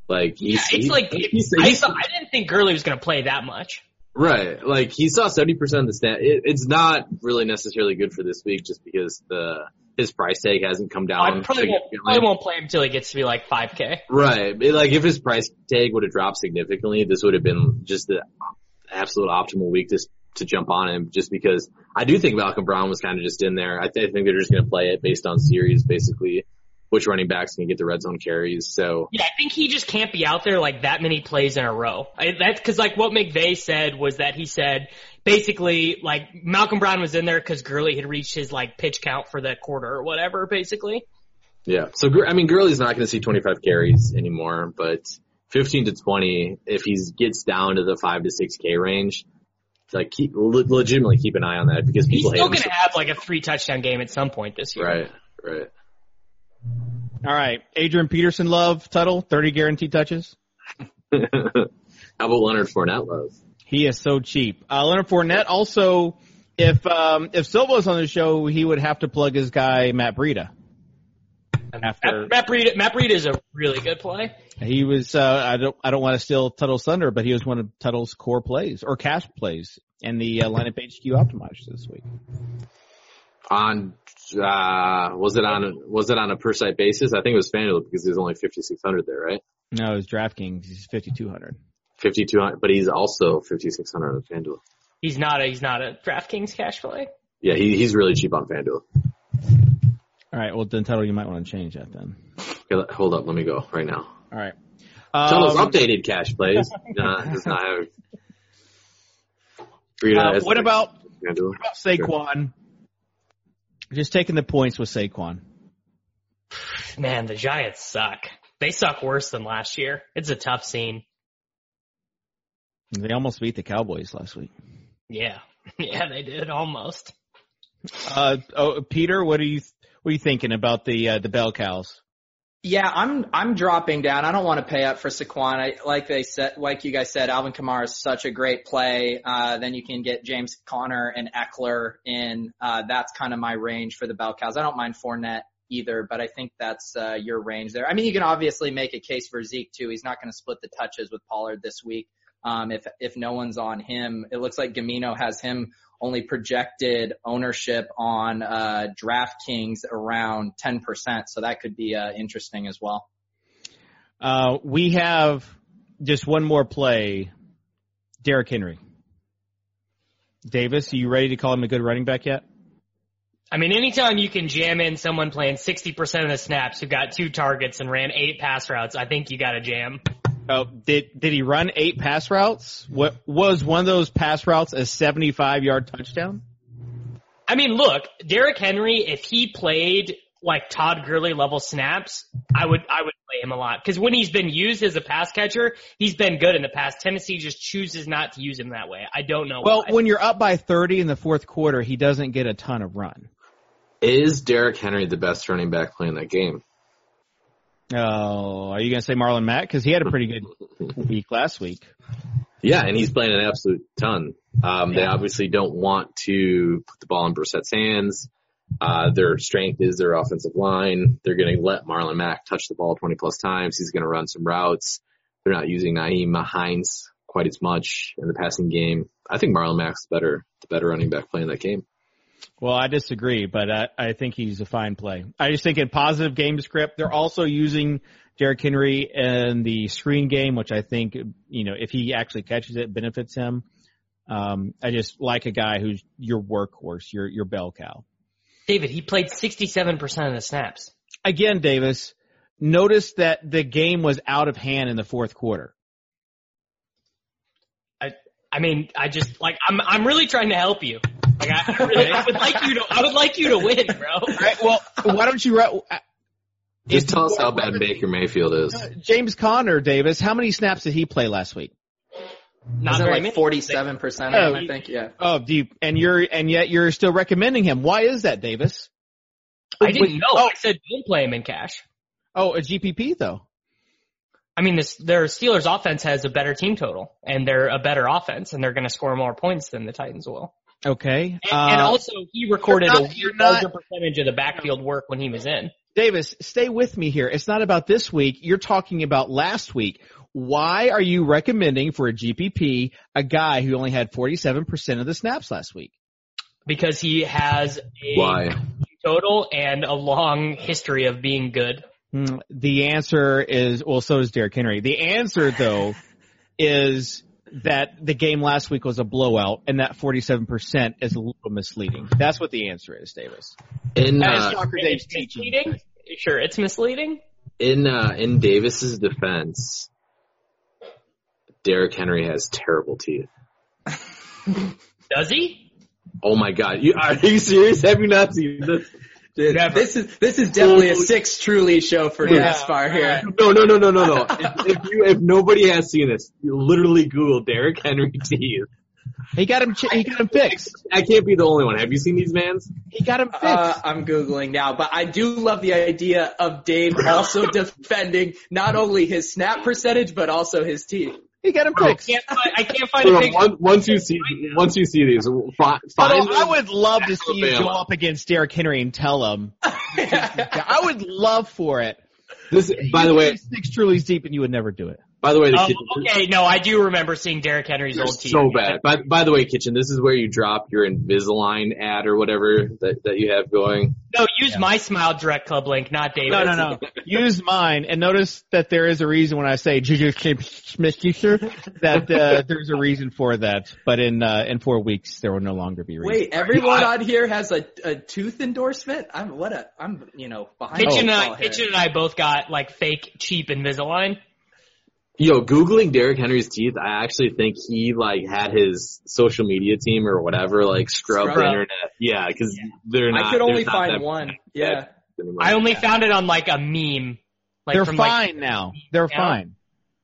Like he's, It's he- like, he's, I, he's- saw, I didn't think Gurley was going to play that much. right. Like he saw seventy percent of the snap. It, it's not really necessarily good for this week, just because the his price tag hasn't come down. I probably won't, significantly. probably won't play him until he gets to be like 5k. Right. It- Like if his price tag would have dropped significantly, this would have been just the absolute optimal week to to jump on him just because I do think Malcolm Brown was kind of just in there. I, th- I think they're just going to play it based on series, basically, which running backs can get the red zone carries. So Yeah, I think he just can't be out there like that many plays in a row. I, that's because like what McVay said was that he said basically like Malcolm Brown was in there because Gurley had reached his like pitch count for the quarter or whatever. Basically, yeah. So Gur- I mean, Gurley's not going to see 25 carries anymore, but 15 to 20, if he gets down to the five to six K range, like keep le- legitimately keep an eye on that because he's people still hate him. gonna have like a three touchdown game at some point this year. Right. Right. All right. Adrian Peterson, love Tuttle, 30 guaranteed touches. (laughs) How about Leonard Fournette love? He is so cheap. Uh, Leonard Fournette also, if um, if Silva's on the show, he would have to plug his guy Matt Breida. After Matt, Matt Breida, Matt Breida is a really good play. he was, uh, I don't I don't want to steal Tuttle's thunder, but he was one of Tuttle's core plays or cash plays in the uh, lineup HQ optimizer this week. on uh was it on was it on a per site basis? I think it was FanDuel because there's only 5600 there, right? No, it was DraftKings. He's 5200. 5200, but he's also 5600 on FanDuel. He's not a he's not a DraftKings cash play. Yeah, he, he's really cheap on FanDuel. All right. Well, then Tuttle, you might want to change that then. Okay, let- hold up, let me go right now. All right. Tell us Um, updated cash (laughs) plays. nah, does not have. Rita uh, has what about FanDuel. about Saquon? Just taking the points with Saquon. Man, the Giants suck. They suck worse than last year. It's a tough scene. They almost beat the Cowboys last week. Yeah, (laughs) yeah, they did almost. Uh, oh, Peter, what are you what are you thinking about the uh, the bell cows? Yeah, I'm I'm dropping down. I don't want to pay up for Saquon. I, like they said, like you guys said, Alvin Kamara is such a great play. Uh, then you can get James Conner and Eckler in. Uh, that's kind of my range for the bell cows. I don't mind Fournette either, but I think that's uh, your range there. I mean, you can obviously make a case for Zeke too. He's not going to split the touches with Pollard this week. Um, if if no one's on him, it looks like Gamino has him only projected ownership on uh, DraftKings around 10%. So that could be uh, interesting as well. Uh, we have just one more play. Derrick Henry. Davis, are you ready to call him a good running back yet? I mean, anytime you can jam in someone playing 60% of the snaps who got two targets and ran eight pass routes, I think you got to jam. Oh, did did he run eight pass routes? What was one of those pass routes a 75 yard touchdown? I mean, look, Derrick Henry, if he played like Todd Gurley level snaps, I would, I would play him a lot. Cause when he's been used as a pass catcher, he's been good in the past. Tennessee just chooses not to use him that way. I don't know Well, why. when you're up by 30 in the fourth quarter, he doesn't get a ton of run. Is Derrick Henry the best running back playing that game? Oh, are you gonna say Marlon Mack? Because he had a pretty good week last week. Yeah, and he's playing an absolute ton. Um, They obviously don't want to put the ball in Brissett's hands. Uh, their strength is their offensive line. They're going to let Marlon Mack touch the ball 20 plus times. He's going to run some routes. They're not using Naeem Hines quite as much in the passing game. I think Marlon Mack's the better, the better running back playing that game. Well, I disagree, but I, I think he's a fine play. I just think in positive game script, they're also using Derrick Henry and the screen game, which I think, you know, if he actually catches it, benefits him. Um, I just like a guy who's your workhorse, your, your bell cow. David, he played 67% of the snaps. Again, Davis, notice that the game was out of hand in the fourth quarter. I mean, I just like I'm I'm really trying to help you. Like I, I really, I would like you to I would like you to (laughs) win, bro. All right, well, why don't you, uh, re- Just If tell you us are how bad wondering- Baker Mayfield is. James Conner, Davis, how many snaps did he play last week? Not Isn't it very like many. forty-seven percent? Oh, I he- think. Yeah. Oh, deep. And you're, and yet you're still recommending him. Why is that, Davis? I didn't know. Oh. I said don't play him in cash. Oh, a GPP though. I mean, this their Steelers offense has a better team total, and they're a better offense, and they're going to score more points than the Titans will. Okay. And, and Uh, also, he recorded you're not- a you're not- larger percentage of the backfield work when he was in. Davis, stay with me here. It's not about this week. You're talking about last week. Why are you recommending for a GPP a guy who only had 47% of the snaps last week? because he has a Why? total and a long history of being good. Hmm, The answer is, well, so is Derrick Henry. The answer (laughs) though is that the game last week was a blowout and that 47% is a little misleading. That's what the answer is, Davis. In That is uh, Soccer And Dave's it's teaching. misleading. Sure, it's misleading. in uh, in Davis's defense, Derrick Henry has terrible teeth. Does he? Oh my god, you, are you serious? Have you not seen this? Never. This is this is definitely a six truly show for Yeah. Gaspar here. No, no, no, no, no, no. if, if you if nobody has seen this, you literally Google Derrick Henry (laughs) teeth. He got him, ch- he got him fixed. I can't be the only one. Have you seen these mans? He got him fixed. Uh, I'm googling now, but I do love the idea of Dave also defending not only his snap percentage but also his teeth. he got him fixed. Can't find, I can't find a Once, picture. once you see once you see these, fi- Although find I would love to see you go Alabama. up against Derrick Henry and tell him. Yeah, I would love for it. this. (laughs) By the way, six trulies deep, and you would never do it. by the way, the (laughs) Um, kid, okay, no, I do remember seeing Derrick Henry's They're old team. so bad. By, by the way, Kitchen, this is where you drop your Invisalign ad or whatever that, that you have going. No, use my Smile Direct Club link, not David. No, no, (laughs) no. Use mine, and notice that there is a reason when I say Juju Smith Schuster that uh, there's a reason for that. But in uh, in four weeks, there will no longer be. Reason. Wait, everyone on here has a, a tooth endorsement. I'm what a I'm you know behind Kitchen, and the I, ball here. Kitchen and I both got like fake, cheap Invisalign. Yo, Googling Derrick Henry's teeth, I actually think he like had his social media team or whatever like scrub, Scrub. the internet. Yeah, because they're not. I could they're only not that find one. Yeah. anymore. I only found it on like a meme. Like They're from, like, fine now. They're Yeah. fine.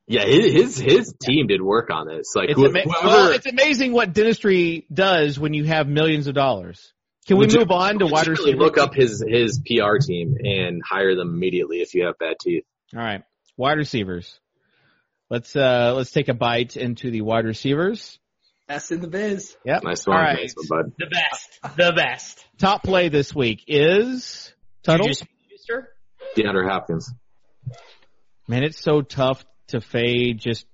yeah, his his, his team did work on this. Like It's, who- ama- whoever. well, it's amazing what dentistry does when you have millions of dollars. Can we Legit- move on to wide legitimately receiver? Look up his his PR team and hire them immediately if you have bad teeth. All right, wide receivers. Let's uh let's take a bite into the wide receivers. That's in the biz. Yep. Nice All one, right. nice one, bud. the best, the best. Top play this week is Tuttle. Juju Smith-Schuster? DeAndre Hopkins. Man, it's so tough to fade just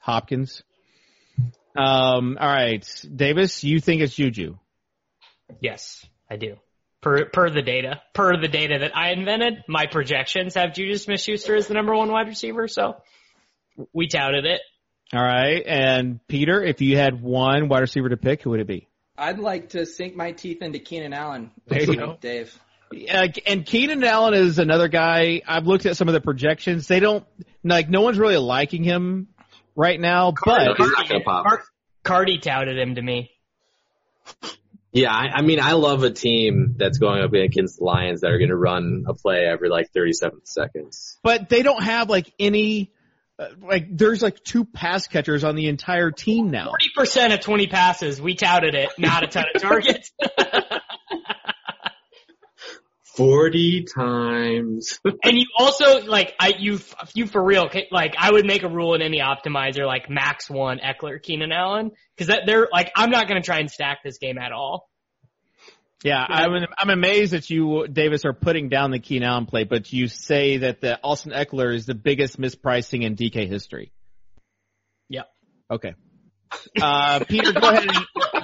Hopkins. Um. All right, Davis, you think it's Juju? Yes, I do. Per per the data, per the data that I invented, my projections have Juju Smith-Schuster as the number one wide receiver. So we touted it. All right, and Peter, if you had one wide receiver to pick, who would it be? I'd like to sink my teeth into Keenan Allen. There you go. Dave. Uh, and Keenan Allen is another guy. I've looked at some of the projections. They don't like no one's really liking him right now, No, but he's not gonna pop. Car- Cardi touted him to me. Yeah, I, I mean, I love a team that's going up against the Lions that are going to run a play every like 37 seconds. but they don't have like any uh, like there's like two pass catchers on the entire team now. Forty percent of twenty passes, we touted it. Not a ton of targets. 40 times. and you also like I you you for real like I would make a rule in any optimizer like max one Eckler Keenan Allen because that they're like I'm not gonna try and stack this game at all. Yeah, I'm I'm amazed that you Davis are putting down the Keenan Allen play, but you say that the Austin Eckler is the biggest mispricing in DK history. Yep. Okay. Uh, Peter, go ahead and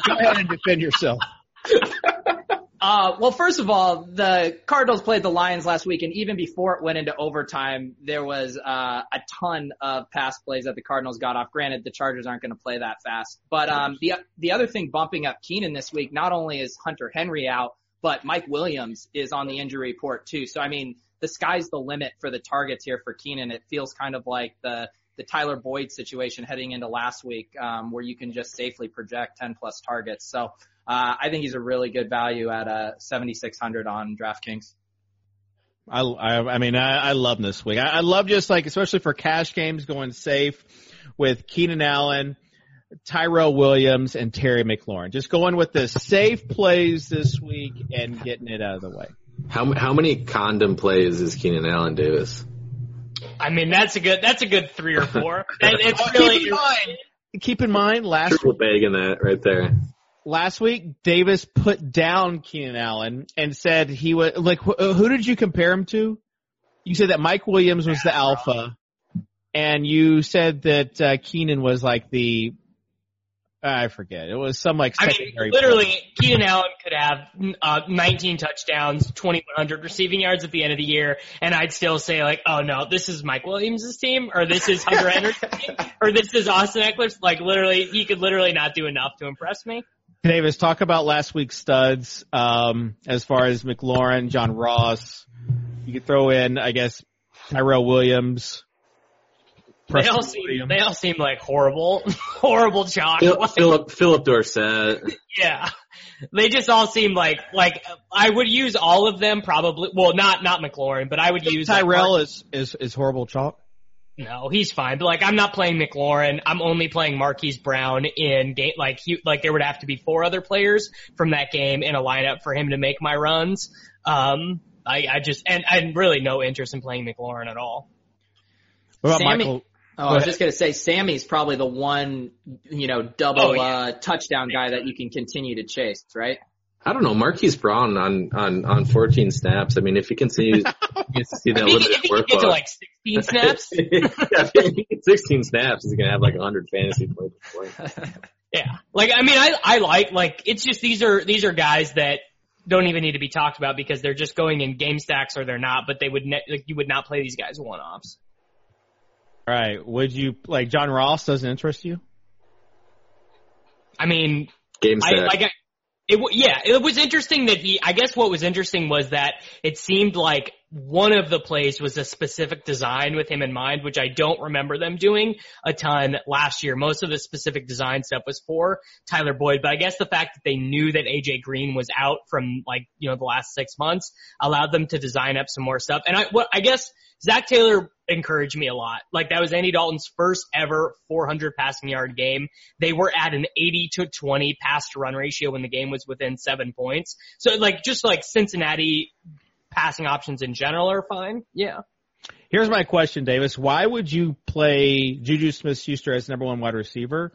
go ahead and defend yourself. Uh, well, first of all, the Cardinals played the Lions last week, and even before it went into overtime, there was uh, a ton of pass plays that the Cardinals got off. Granted, the Chargers aren't going to play that fast, but um, the the other thing bumping up Keenan this week, not only is Hunter Henry out, but Mike Williams is on the injury report too. So I mean, the sky's the limit for the targets here for Keenan. It feels kind of like the the Tyler Boyd situation heading into last week, um, where you can just safely project 10 plus targets. So uh, I think he's a really good value at uh, 7,600 on DraftKings. I, I, I mean, I, I love this week. I, I love just like, especially for cash games, going safe with Keenan Allen, Tyrell Williams, and Terry McLaurin. Just going with the safe plays this week and getting it out of the way. How how many condom plays is Keenan Allen Davis? I mean, that's a good that's a good three or (laughs) four. And it's really Keep in mind, keep in mind last Triple bag in that right there. last week Davis put down Keenan Allen and said he was like wh- uh, who did you compare him to? You said that Mike Williams was the alpha, and you said that uh, Keenan was like the I forget it was some like I mean, secondary. literally, Keenan Allen could have uh, 19 touchdowns, 2,100 receiving yards at the end of the year, and I'd still say like, oh no, this is Mike Williams' team, or this (laughs) is Hunter Henry's team, or this is Austin Eckler's. Like, literally, he could literally not do enough to impress me. Davis, talk about last week's studs um, as far as McLaurin, John Ross. You could throw in, I guess, Tyrell Williams. they Preston all seem Williams. they all seem like horrible, (laughs) horrible chalk. Phil- Like, Philip Philip Dorsett. yeah, they just all seem like like I would use all of them probably. Well, not not McLaurin, but I would use like, Tyrell is, is is horrible chalk. No, he's fine. But like, I'm not playing McLaurin. I'm only playing Marquise Brown in game. Like, he, like there would have to be four other players from that game in a lineup for him to make my runs. Um, I, I just and and really no interest in playing McLaurin at all. What about Sammy- Michael? Oh, Go I was ahead. just gonna say Sammy's probably the one, you know, double Oh, yeah. uh, touchdown guy that you can continue to chase, right? I don't know. Marquise Brown on on on 14 snaps. I mean, if he continues he gets to see that If he, (laughs) if limited he could get to workload. like (laughs) 16 snaps, yeah, if he can get 16 snaps, he's gonna have like 100 fantasy points. yeah. Like, I mean, I I like like it's just these are these are guys that don't even need to be talked about because they're just going in game stacks or they're not. But they would ne- like you would not play these guys one offs. All right. Would you like John Ross doesn't interest you? I mean, Game I, stack. like I, it, w- yeah, it was interesting that he. I guess what was interesting was that it seemed like one of the plays was a specific design with him in mind, which I don't remember them doing a ton last year. Most of the specific design stuff was for Tyler Boyd, but I guess the fact that they knew that AJ Green was out from like you know the last six months allowed them to design up some more stuff. And I, what I guess Zach Taylor encouraged me a lot. Like that was Andy Dalton's first ever 400 passing yard game. They were at an 80 to 20 pass to run ratio when the game was within seven points. So like just like Cincinnati passing options in general are fine. Yeah. Here's my question, Davis. Why would you play Juju Smith-Schuster as number one wide receiver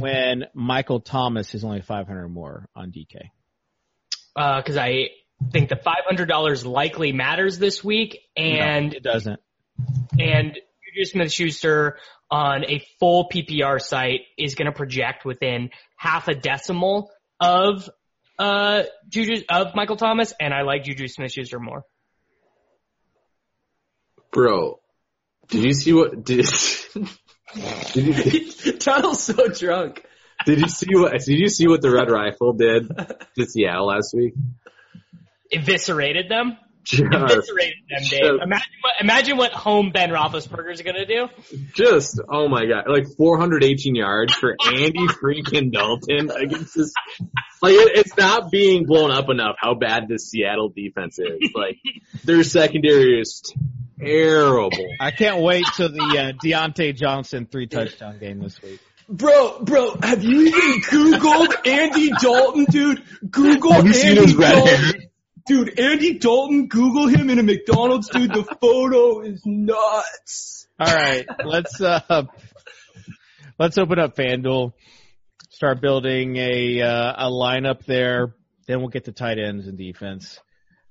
when Michael Thomas is only 500 more on DK? Uh, cause I think the $500 likely matters this week and, it doesn't. and Juju Smith-Schuster on a full PPR site is going to project within half a decimal of uh Juju of Michael Thomas, and I like Juju Smith-Schuster more. Bro, did you see what did? (laughs) Did you, (laughs) Tuttle's so drunk. did you see what did you see what the Red Rifle did to Seattle last (laughs) week? Eviscerated them. (laughs) Just, Eviscerated them, Dave. Sure. Imagine what imagine what home Ben Roethlisberger's going to do. just oh my god, like 418 yards for Andy freaking Dalton against this. Like it, it's not being blown up enough how bad this Seattle defense is. (laughs) Like their secondary is terrible. I can't wait till the uh, Deontay Johnson three touchdown game this week. Bro, bro, have you even Googled Andy Dalton, dude? Google Have you seen Andy his red Dalton. hair? Dude, Andy Dalton, Google him in a McDonald's, dude. The photo is nuts. All right, let's uh, let's open up FanDuel, start building a uh, a lineup there. Then we'll get to tight ends and defense.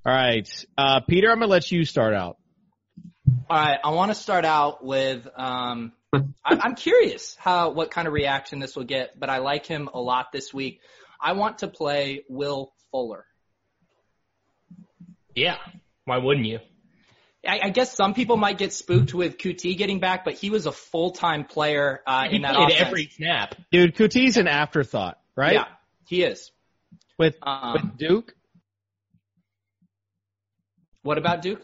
All right, uh, Peter, I'm gonna let you start out. All right, I want to start out with um, I'm, I'm curious how what kind of reaction this will get, but I like him a lot this week. I want to play Will Fuller. Yeah. Why wouldn't you? I, I guess some people might get spooked with QT getting back, but he was a full time player uh, He in that played offense. every snap. Dude, Cootie's an afterthought, right? Yeah, he is. With Um, with Duke. what about Duke?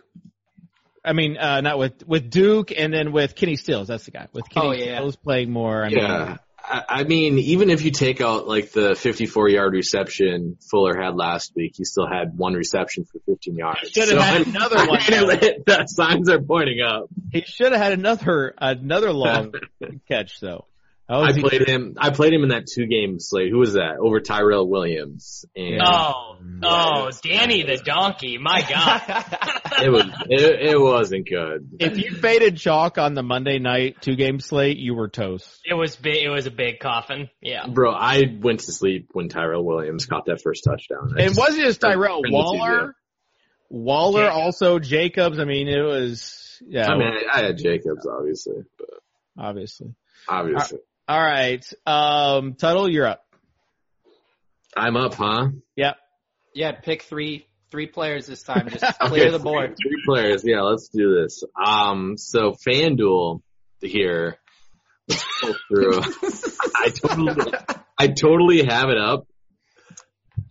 I mean, uh, not with with Duke, and then with Kenny Stills. That's the guy with Kenny Oh, yeah. Stills playing more. I Yeah. I, I mean, even if you take out like the 54 yard reception Fuller had last week, he still had one reception for 15 yards. Should have had another one. the signs are pointing up. mean, he should have had another another (laughs) long catch though. That was I the- played him. I played him in that two game slate. Who was that? Over Tyrell Williams, and Oh, oh, Danny the donkey. My (laughs) God. it was it, it wasn't good. If you faded chalk on the Monday night two game slate, you were toast. it was big. It was a big coffin. Yeah. Bro, I went to sleep when Tyrell Williams caught that first touchdown. I It just- wasn't just Tyrell Friends with you, yeah. Waller, Waller Jacobs. also Jacobs. I mean, it was yeah, I mean, I, I had Jacobs obviously, but obviously. obviously, All right, um, Tuttle, you're up. I'm up, huh? Yep. Yeah, pick three three players this (laughs) time. Just Okay, clear the three- board. Three players. Yeah, let's do this. Um, so FanDuel here. Let's pull through. I totally, I totally have it up.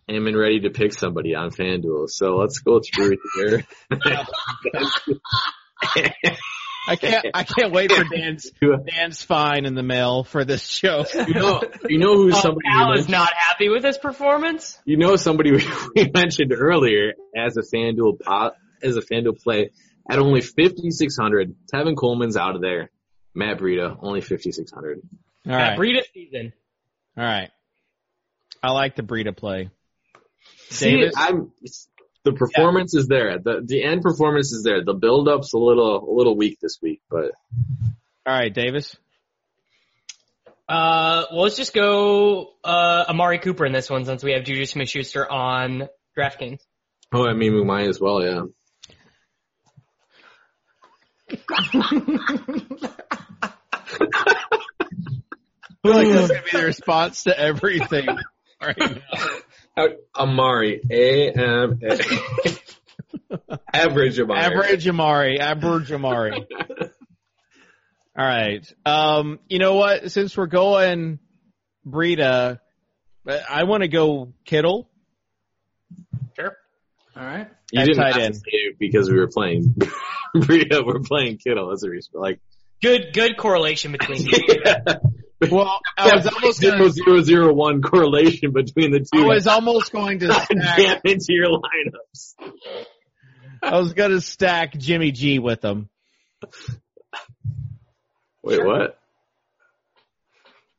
And I'm ready to pick somebody on FanDuel. So let's go through here. I can't. I can't wait for (laughs) Dan's Dan's fine in the mail for this (laughs) show. You know, you know who Oh, somebody Al we is mentioned- not happy with his performance. you know somebody (laughs) we, we mentioned earlier as a FanDuel po- as a FanDuel play at only 5600. Tevin Coleman's out of there. Matt Breida only 5600. All right. Read it season. All right. I like the Breida play. See, Davis? I'm the performance is there. The the end performance is there. The build up's a little a little weak this week, but All right, Davis. Uh, well, let's just go uh Amari Cooper in this one since we have Juju Smith-Schuster on DraftKings. oh, I mean we might as well, yeah. I feel like that's gonna be the response to everything. All (laughs) right. Uh, Amari, A M A. (laughs) Average Amari. Average Amari. Average Amari. All right. Um, you know what? Since we're going Breida, I- I want to go Kittle. Sure. All right. You at didn't tight have end. to say it because we were playing. (laughs) Breida, we're playing Kittle. That's a reason. Like (laughs) Good, good correlation between you. Well, I was almost zero gonna, zero zero one correlation between the two. I (laughs) was almost going (laughs) to Jam stack, into your lineups. I was going to stack Jimmy G with them. Wait, what?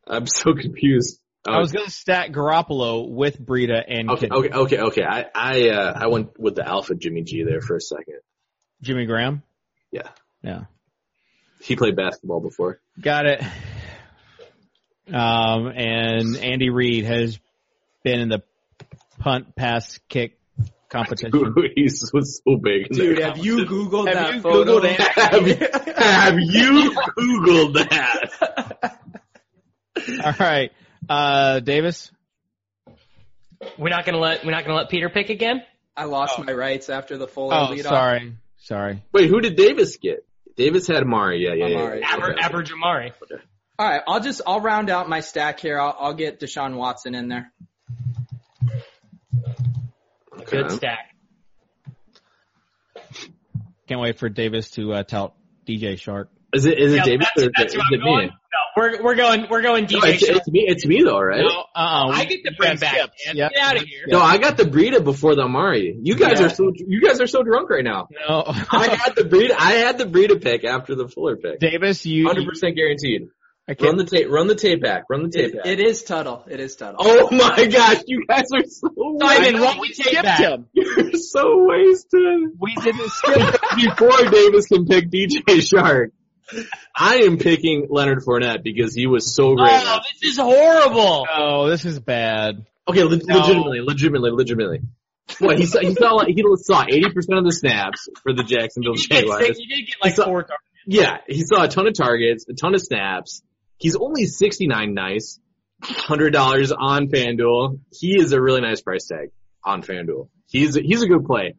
I'm so confused. I was going to stack Garoppolo with Breida and Okay, Kittle. okay, okay, okay. I I uh, I went with the alpha Jimmy G there for a second. Jimmy Graham. Yeah, Yeah. he played basketball before. Got it. Um, and Andy Reid has been in the punt, pass, kick competition. (laughs) he was so big. in Dude, there. have you Googled Have that you photo? Googled Andy- have, have you googled that? (laughs) All right. Uh, Davis. We're not gonna let we're not gonna let Peter pick again. I lost my rights after the full Oh, lead sorry. Sorry. Wait, who did Davis get? Davis had Amari. Yeah, yeah, yeah. Amari. yeah. Aber, Okay. Average Amari. All right, I'll just I'll round out my stack here. I'll, I'll get Deshaun Watson in there. Good Okay. stack. Can't wait for Davis to uh, tout DJ Shark. Is it is it Yeah, Davis that's, or is that's it, where is I'm it me? going. No, we're we're going we're going No, DJ. it's, Shark. it's me. It's me though, right? No, Uh-uh. I get to bring back. skipped. man. Yep. Get out of here. No, I got the Breida before the Amari. You guys Yeah. are so you guys are so drunk right now. (laughs) No. I had the Breida. I had the Breida pick after the Fuller pick. Davis, you. Hundred percent guaranteed. I Run can't. the tape. Run the tape back. Run the tape It, back. it is Tuttle. It is Tuttle. oh my gosh, you guys are so Simon, wasted. run the tape skipped back. him. You're so wasted. We (laughs) didn't skip him. (laughs) Before Davis can pick DJ Shark, I am picking Leonard Fournette because he was so great. Oh, this is horrible. Oh, this is bad. okay, le- no. legitimately, legitimately, legitimately. What he saw, he saw, like, he saw eighty percent of the snaps for the Jacksonville You did, Jaguars. get, you did get like So- four. targets. Yeah, he saw a ton of targets, a ton of snaps. He's only 69 nice, $100 on FanDuel. He is a really nice price tag on FanDuel. He's he's a good play.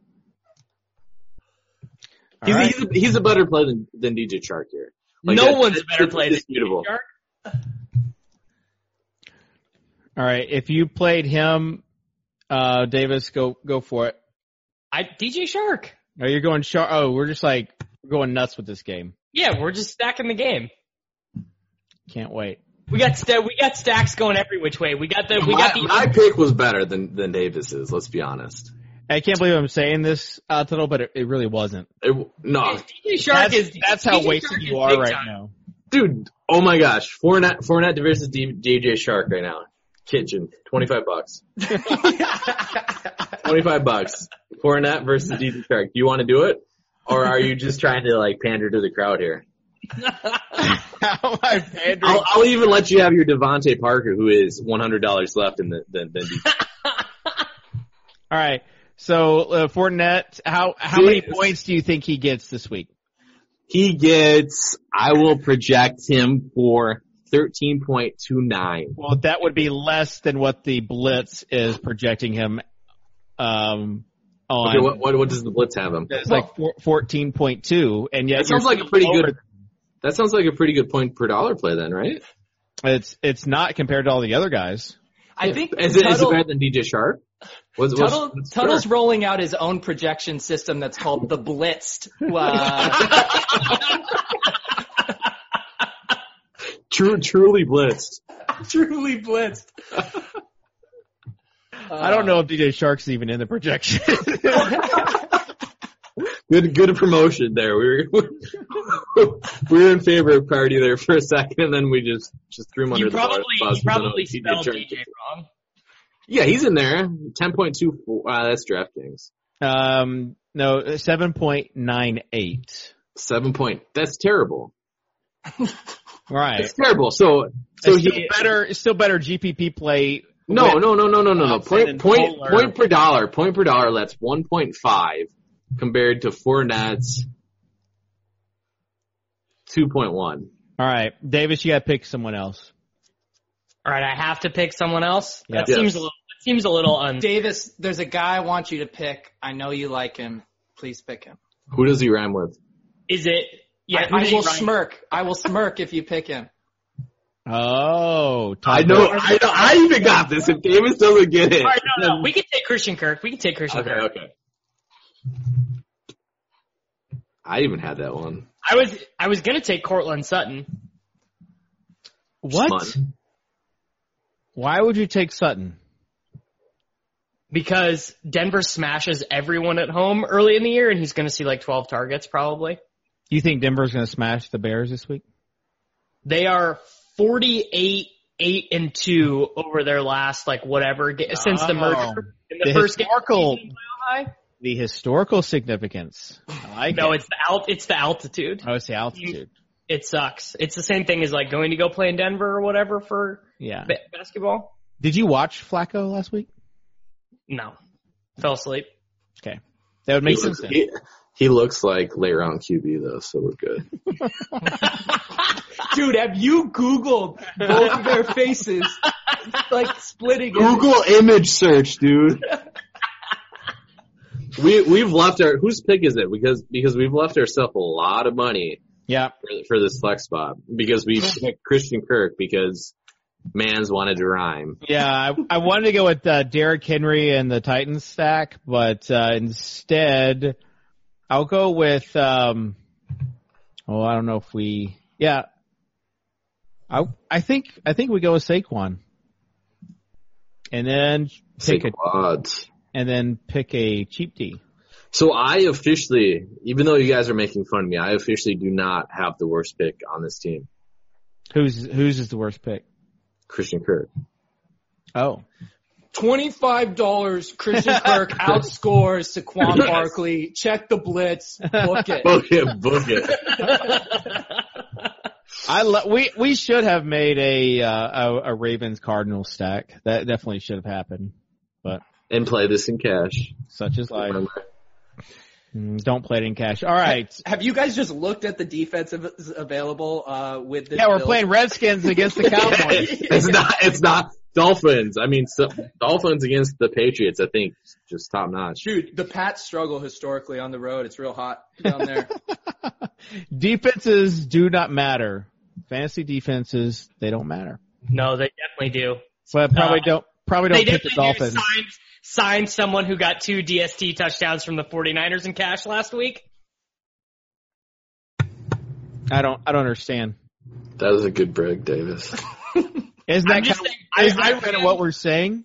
He's, right. he's, a, he's a better player than, than DJ Chark here. Like, no that's- one's a that's better player than indisputable. Shark. All right. If you played him, uh, Davis, go go for it. I DJ Shark. Oh, you're going sharp. Oh, we're just like we're going nuts with this game. Yeah, we're just stacking the game. Can't wait. We got sta- we got stacks going every which way. We got the we my, got the my pick was better than, than Davis's, let's be honest. I can't believe I'm saying this, uh, Tuttle, but it, it really wasn't. It w- no, DJ Shark that's, is that's how DJ wasted Shark you is are big right time. now. dude, oh my gosh. Fournette, Fournette versus D- DJ Shark right now. Kitchen, 25 (laughs) bucks. 25 bucks. Fournette versus DJ Shark. Do you want to do it? Or are you just trying to like pander to the crowd here? How am I pandering? I'll, I'll even let you have your Devonte Parker, who is $100 left in the, the, the All right. So uh, Fournette, how how many points do you think he gets this week? (laughs) He gets, I will project him for 13.29. Well, that would be less than what the blitz is projecting him. Um, on Okay, what, what, what does the Blitz have him? it's like four, fourteen point two, and yet That sounds you're like a pretty lower good, that sounds like a pretty good point per dollar play then, right? It's it's not compared to all the other guys. Yeah. I think is it, is it Tuttle- better than DJ Sharp? Was, was- Tuttle, was- Tuttle's sure. rolling out his own projection system that's called the Blitzed. Uh, True, truly (laughs) blitzed. truly blitzed. uh, I don't know if DJ Shark's even in the projection. (laughs) Good, good promotion there. We were, (laughs) we were in favor of Cardi there for a second, and then we just, just threw him under You the probably bus. you with another probably DJ spelled Shark. DJ wrong. Yeah, he's in there. 10.2, wow, that's DraftKings. um, no, seven point nine eight. Seven point, that's terrible. Right. It's terrible. So, so it's still he, better. It's still better GPP play. no, with- no, no, no, no, no, no. Hobson Point, and point, Pollard. point per dollar, point per dollar, that's 1.5 compared to Fournette's 2.1. All right, Davis, you got to pick someone else. All right, I have to pick someone else. That Yeah. seems a little that seems a little un. Davis, there's a guy I want you to pick. I know you like him. Please pick him. Who does he rhyme with? Is it? Yeah, who I, I did will he run? smirk. I will smirk if you pick (laughs) him. Oh, I know, I know, I even got this. If Davis doesn't get it. All right, no, no, we can take Christian Kirk. We can take Christian Okay, Kirk. okay. I even had that one. I was I was gonna take Cortland Sutton. What? Fun. Why would you take Sutton? because Denver smashes everyone at home early in the year, and he's going to see like 12 targets probably. You think Denver's going to smash the Bears this week? They are 48, 8 and 2 over their last like whatever ga- since the merger. In The the, first historical- game, Mile High? The historical significance. I like no, it. it's the alt, it's the altitude. I would say altitude. It sucks. It's the same thing as like going to go play in Denver or whatever for Yeah. ba- basketball. Did you watch Flacco last week? No, fell asleep. Okay, that would make he, some looks, sense. he, he looks like later on QB though, so we're good. Dude, have you Googled both of their faces? It's like splitting. Google image search, dude. (laughs) we we've left our whose pick is it? Because because we've left ourselves a lot of money Yeah. for, for this flex spot because we picked Christian Kirk because man's wanted to rhyme. Yeah, I, I wanted to go with uh, Derrick Henry and the Titans stack, but uh, instead, I'll go with. Um, oh, I don't know if we. Yeah, I I think I think we go with Saquon, and then pick Take a and then pick a cheap D. So I officially, even though you guys are making fun of me, I officially do not have the worst pick on this team. Who's whose is the worst pick? Christian Kirk. Oh, Twenty-five dollars. Christian Kirk outscores Saquon Barkley. Check the blitz. Book (laughs) it. Book it, book it. I lo- we we should have made a uh, a, a Ravens Cardinal stack. That definitely should have happened. And play this in cash. Such is life. Mm, Don't play it in cash. All right. Have you guys just looked at the defenses available uh, with this? Yeah, we're build? (laughs) (laughs) playing Redskins against the Cowboys. it's not. It's not. Dolphins. I mean, so, Dolphins against the Patriots. I think is just top notch. Dude, the Pats struggle historically on the road. It's real hot down there. Defenses do not matter. Fantasy defenses, they don't matter. No, they definitely do. So I probably Uh, don't probably They don't pick the definitely Dolphins. do sign, sign someone who got two DST touchdowns from the 49ers in cash last week. I don't I don't understand. That was a good break, Davis. Isn't that I'm just kind saying, of, I- is I that kind of ran- what we're saying?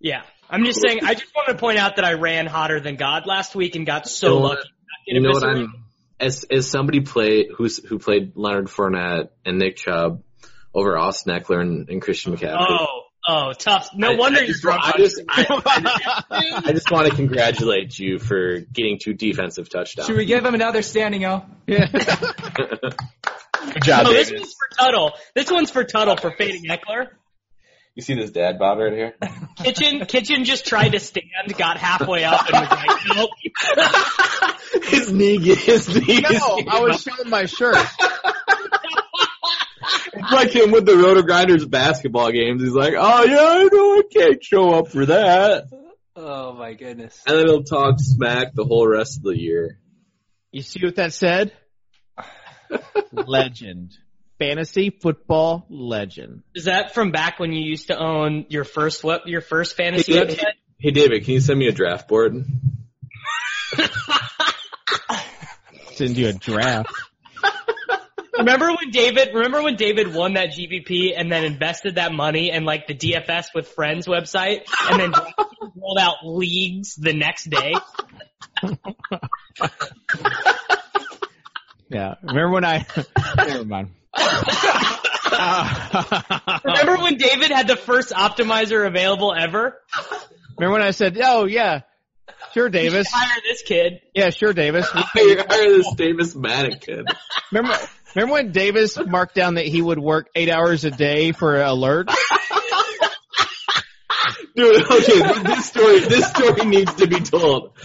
Yeah. I'm just saying, I just wanted to point out that I ran hotter than God last week and got so You know lucky. what? You know what I'm as as somebody play who's who played Leonard Fournette and Nick Chubb over Austin Eckler and, and Christian McCaffrey. Oh, oh, tough. No I- wonder I you're just, wa- drunk. I just, I, I (laughs) just, I just want to congratulate you for getting two defensive touchdowns. Should we give him another standing O? Good job, Oh, this one's for Tuttle. This one's for Tuttle for fading Eckler. You see this dad bod right here? Kitchen, kitchen just tried to stand, got halfway up, and was like, "Nope." (laughs) (laughs) his knee, his knee. No, I was showing my shirt. It's like him with the Roto Grinders basketball games. He's like, oh yeah, I know I can't show up for that. Oh my goodness. And then he'll talk smack the whole rest of the year. You see what that said? legend. Fantasy football legend. Is that from back when you used to own your first web, your first fantasy Yeah. website? Hey David, can you send me a draft board? Send you a draft. Remember when David? Remember when David won that GBP and then invested that money in like the DFS with friends website, and then (laughs) rolled out leagues the next day. Yeah. Remember when I never mind. Uh, Remember when David had the first optimizer available ever? (laughs) Remember when I said, Oh yeah. Sure, Davis. Hire this kid. Yeah, sure, Davis. Hire, hire this Davis Maddock kid. Remember, remember when Davis marked down that he would work eight hours a day for alert? Dude, okay, but this story, this story needs to be told.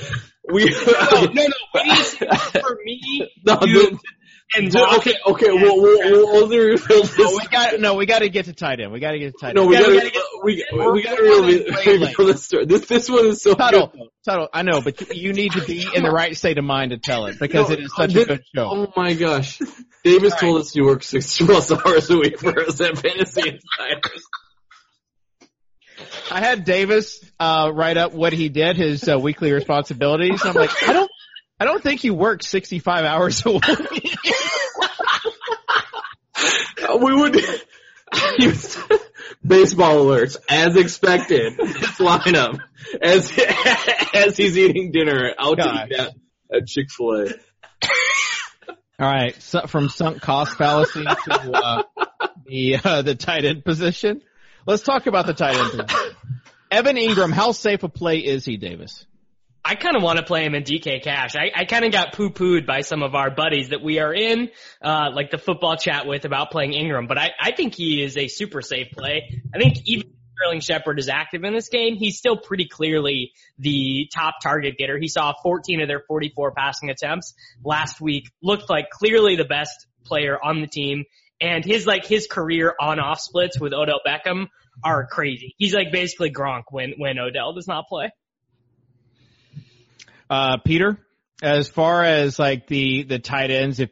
We, (laughs) No, no, no. We need to- for me, No, you, dude, and dude, Rock. (laughs) okay, okay, we'll, we'll, we'll only reveal this. No, we got no, we got to get to tight end. We got to get to tight end. no, we yeah, we gotta, gotta get- we, we, we're- gotta we're reveal, on the reveal this story. This, this one is so Tuttle, good. Tuttle, I know, but you, you need to be in the right state of mind to tell it because No, it is such this- a good show. Oh my gosh. Davis told us you work six plus hours a week for us at Fantasy Insiders. I had Davis uh, write up what he did, his uh, weekly responsibilities. I'm like, I don't, I don't think he worked 65 hours a week. Uh, We would use (laughs) baseball alerts as expected. This lineup as as he's eating dinner out Gosh. to eat at, at Chick Fil A. All right, so from sunk cost fallacy to uh, the uh, the tight end position. Let's talk about the tight end. Position. Evan Ingram, how safe a play is he, Davis? I kind of want to play him in DK Cash. I, I kind of got poo pooed by some of our buddies that we are in, uh, like the football chat with about playing Ingram, but I, I think he is a super safe play. I think even if Sterling Shepard is active in this game. He's still pretty clearly the top target getter. He saw 14 of their 44 passing attempts last week. Looked like clearly the best player on the team. And his like his career on off splits with Odell Beckham are crazy. He's like basically Gronk when when Odell does not play. Uh, Peter, as far as like the the tight ends, if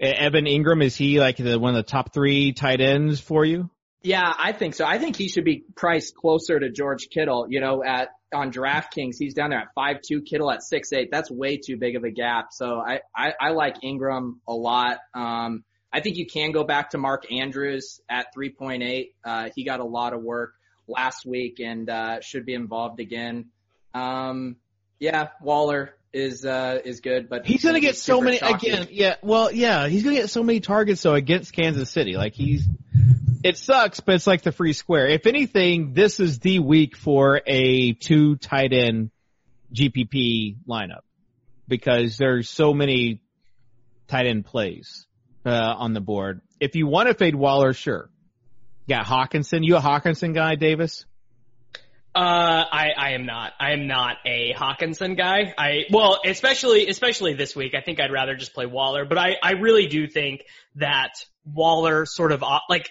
Evan Ingram is he like the one of the top three tight ends for you? Yeah, I think so. I think he should be priced closer to George Kittle, you know, at on DraftKings. He's down there at five two, Kittle at six eight. That's way too big of a gap. So I, I, I like Ingram a lot. Um I think you can go back to Mark Andrews at three point eight. Uh he got a lot of work last week and uh should be involved again. Um yeah, Waller is uh is good, but He's gonna get so super many chalky. again. Yeah, well, yeah, he's gonna get so many targets though against Kansas City. Like he's, it sucks, but it's like the free square. If anything, this is the week for a two tight end GPP lineup because there's so many tight end plays uh, on the board. If you want to fade Waller, sure. Yeah, Hawkinson. You a Hawkinson guy, Davis? Uh, I, I am not. I am not a Hawkinson guy. I, well, especially, especially this week, I think I'd rather just play Waller, but I, I really do think that Waller sort of, op- uh, like,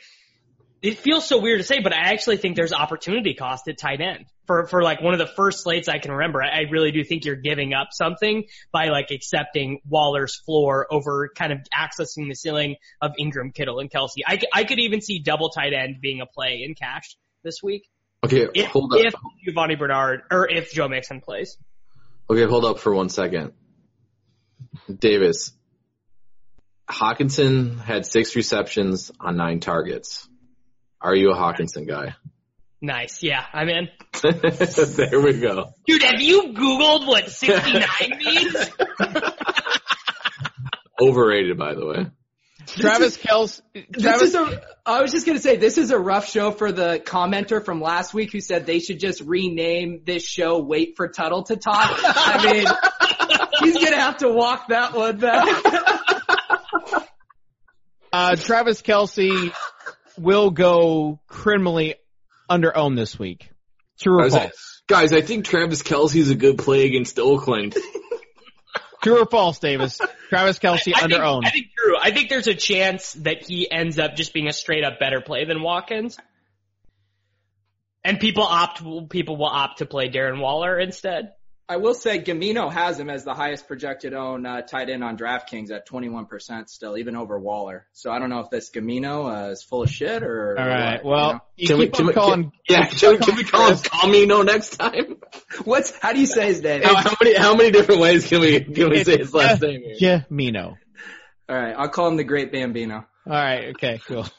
it feels so weird to say, but I actually think there's opportunity cost at tight end for, for like one of the first slates I can remember. I, I really do think you're giving up something by like accepting Waller's floor over kind of accessing the ceiling of Ingram, Kittle, and Kelsey. I, c- I could even see double tight end being a play in cash this week Okay, if, hold up. if Giovanni Bernard or if Joe Mixon plays. Okay, hold up for one second. Davis. Hawkinson had six receptions on nine targets. Are you a Hawkinson guy? Nice. Yeah, I'm in. (laughs) there we go. Dude, have you Googled what 69 (laughs) means? Overrated, by the way. Travis Kelce. Travis- This is a. I was just gonna say this is a rough show for the commenter from last week who said they should just rename this show "Wait for Tuttle to Talk." I mean, (laughs) he's gonna have to walk that one back. Uh, Travis Kelsey will go criminally under own this week. True I or was false? like, guys, I think Travis Kelsey's a good play against Oakland. True or false, Davis? Travis Kelsey (laughs) I under think, own. I think Drew, I think there's a chance that he ends up just being a straight up better play than Watkins. And people opt, people will opt to play Darren Waller instead. I will say Gamino has him as the highest projected own uh, tight end on DraftKings at 21% still, even over Waller. So I don't know if this Gamino uh, is full of shit or. All right. what, you Well, know? you Can we- keep can on we- calling. (laughs) yeah, can, we- can we call him Comino next time? what's how do you say his name? How, how many how many different ways can we can we say his last name? (laughs) here? Jamino. All right, I'll call him the Great Bambino. All right. Okay. Cool. (laughs)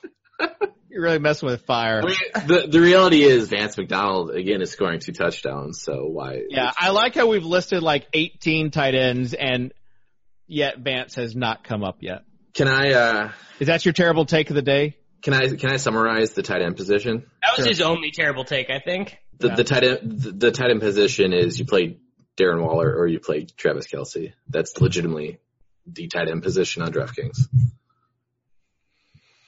You're really messing with fire. I mean, the the reality is Vance McDonald again is scoring two touchdowns, so why? Yeah, I like how we've listed like 18 tight ends, and yet Vance has not come up yet. Can I uh Is that your terrible take of the day? can I can I summarize the tight end position? That Sure. was his only terrible take, I think. The Yeah. the tight end the, the tight end position is you play Darren Waller or you play Travis Kelsey. That's legitimately the tight end position on DraftKings.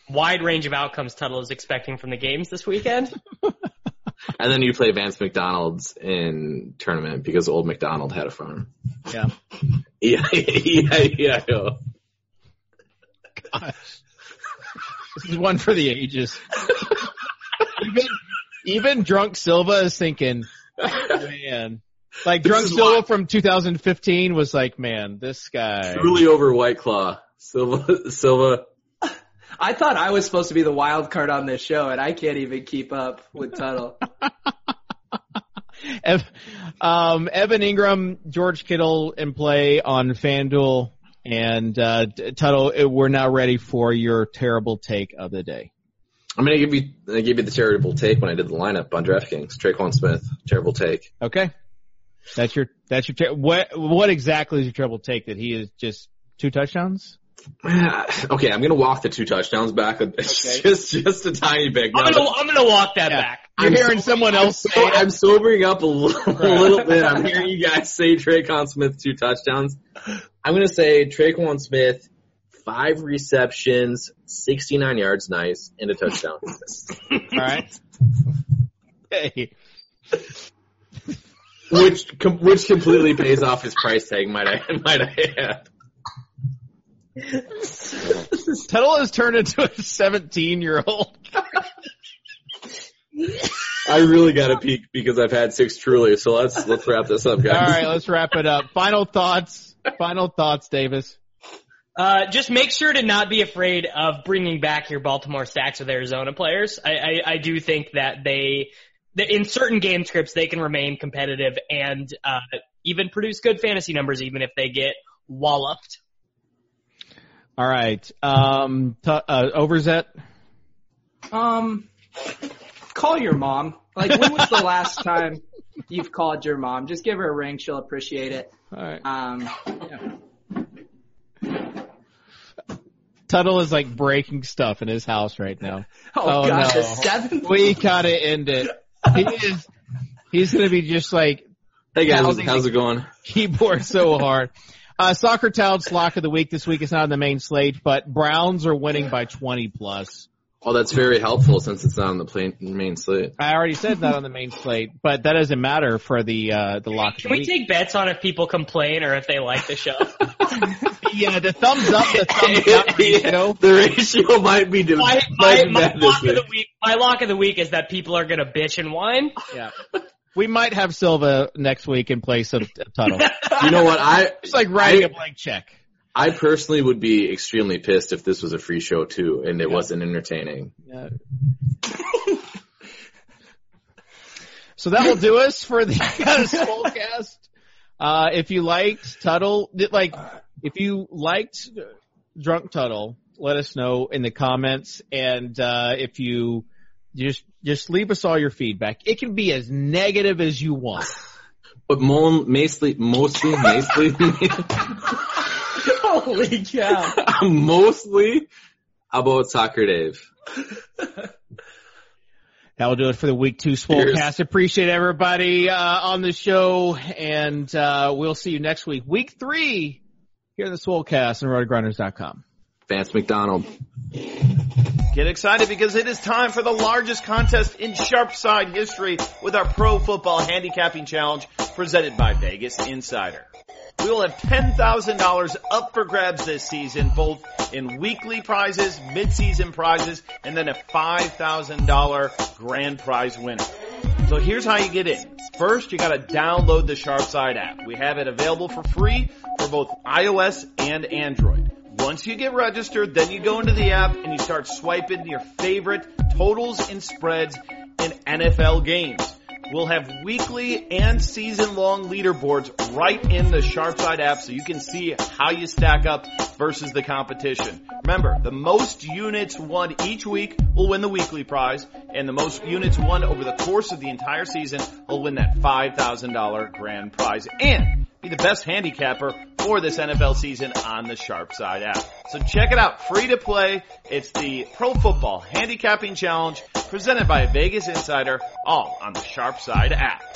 Wide range of outcomes Tuttle is expecting from the games (laughs) this weekend. And then you play Vance McDonald's in tournament because old McDonald had a farm. Yeah. (laughs) Yeah, yeah, yeah. yeah. This is (laughs) one for the ages. even, even drunk Silva is thinking, man. Like This drunk is Silva why- from 2015 was like, man, this guy. Truly over White Claw. Silva Silva I thought I was supposed to be the wild card on this show, and I can't even keep up with Tuttle. Ev- um, Evan Ingram, George Kittle in play on FanDuel, and uh, T- Tuttle. uh, We're now ready for your terrible take of the day. I'm gonna give you I gave you the terrible take when I did the lineup on DraftKings. Traquan Smith, terrible take. (sighs) Okay, that's your that's your ter- what what exactly is your terrible take that he is just two touchdowns? okay, I'm gonna walk the two touchdowns back a, (laughs) just just a tiny bit. I'm gonna, I'm gonna walk that Yeah. back. You're I'm hearing someone I'm, else so- say it. I'm sobering up a (laughs) little, a little bit. I'm hearing you guys say Traquan Smith two touchdowns. I'm gonna say Traquan Smith five receptions, 69 yards, nice, and a touchdown. All right. Hey, (laughs) which com- which completely pays off his price tag, might I (laughs) might I add. Tuttle has turned into a 17 year old. I really got to peek because I've had six truly. So let's let's wrap this up, All guys. right, let's wrap it up. Final thoughts. Final thoughts, Davis. Uh, just make sure to not be afraid of bringing back your Baltimore stacks with Arizona players. I, I, I do think that they, that in certain game scripts, they can remain competitive and uh, even produce good fantasy numbers, even if they get walloped. All right. Um, tu- uh, Overzet. Um, call your mom. Like, when was the last time you've called your mom? Just give her a ring; she'll appreciate it. All right. Um, yeah. Tuttle is like breaking stuff in his house right now. oh, Oh, gosh, no. the (laughs) seventh. We gotta end it. He is, he's gonna be just like Hey guys, How's how's, it- it going? keyboard so hard. Uh, soccer town's lock of the week this week is not on the main slate, but Browns are winning by 20 plus. Oh, that's very helpful since it's not on the plain, main slate. I already said not on the main slate, but that doesn't matter for the, uh, the lock of the Can we week. take bets on if people complain or if they like the show? the, uh, the thumbs up, the (laughs) thumbs down ratio. (laughs) The ratio might be divided. My, my, my lock of the week, my lock of the week is that people are gonna bitch and whine. Yeah. We might have Silva next week in place of (laughs) Tuttle. You know what? (laughs) I It's like writing a blank check. I personally would be extremely pissed if this was a free show too, and it wasn't entertaining. So that will do us for the (laughs) Swolecast. Uh, if you liked Tuttle, like, if you liked Drunk Tuttle, let us know in the comments. And, uh, if you just, just leave us all your feedback. It can be as negative as you want. But mo- mostly, mostly, (laughs) mostly, Holy cow. (laughs) mostly about soccer, Dave. That'll do it for the week two Swolecast. Appreciate everybody, uh, on the show. And, uh, we'll see you next week. Week three here in the Swolecast and roadgrinders.com. Vance McDonald. Get excited because it is time for the largest contest in Sharpside history with our Pro Football Handicapping Challenge presented by Vegas Insider. We will have $10,000 up for grabs this season, both in weekly prizes, mid-season prizes, and then a $5,000 grand prize winner. So here's how you get in. First, you gotta download the Sharpside app. We have it available for free for both iOS and Android. Once you get registered, then you go into the app and you start swiping your favorite totals and spreads in NFL games. We'll have weekly and season long leaderboards right in the Sharpside app so you can see how you stack up versus the competition. Remember, the most units won each week will win the weekly prize and the most units won over the course of the entire season will win that $5,000 grand prize and be the best handicapper for this NFL season on the Sharpside app. So check it out. Free to play. It's the Pro Football Handicapping Challenge presented by Vegas Insider all on the Sharpside app.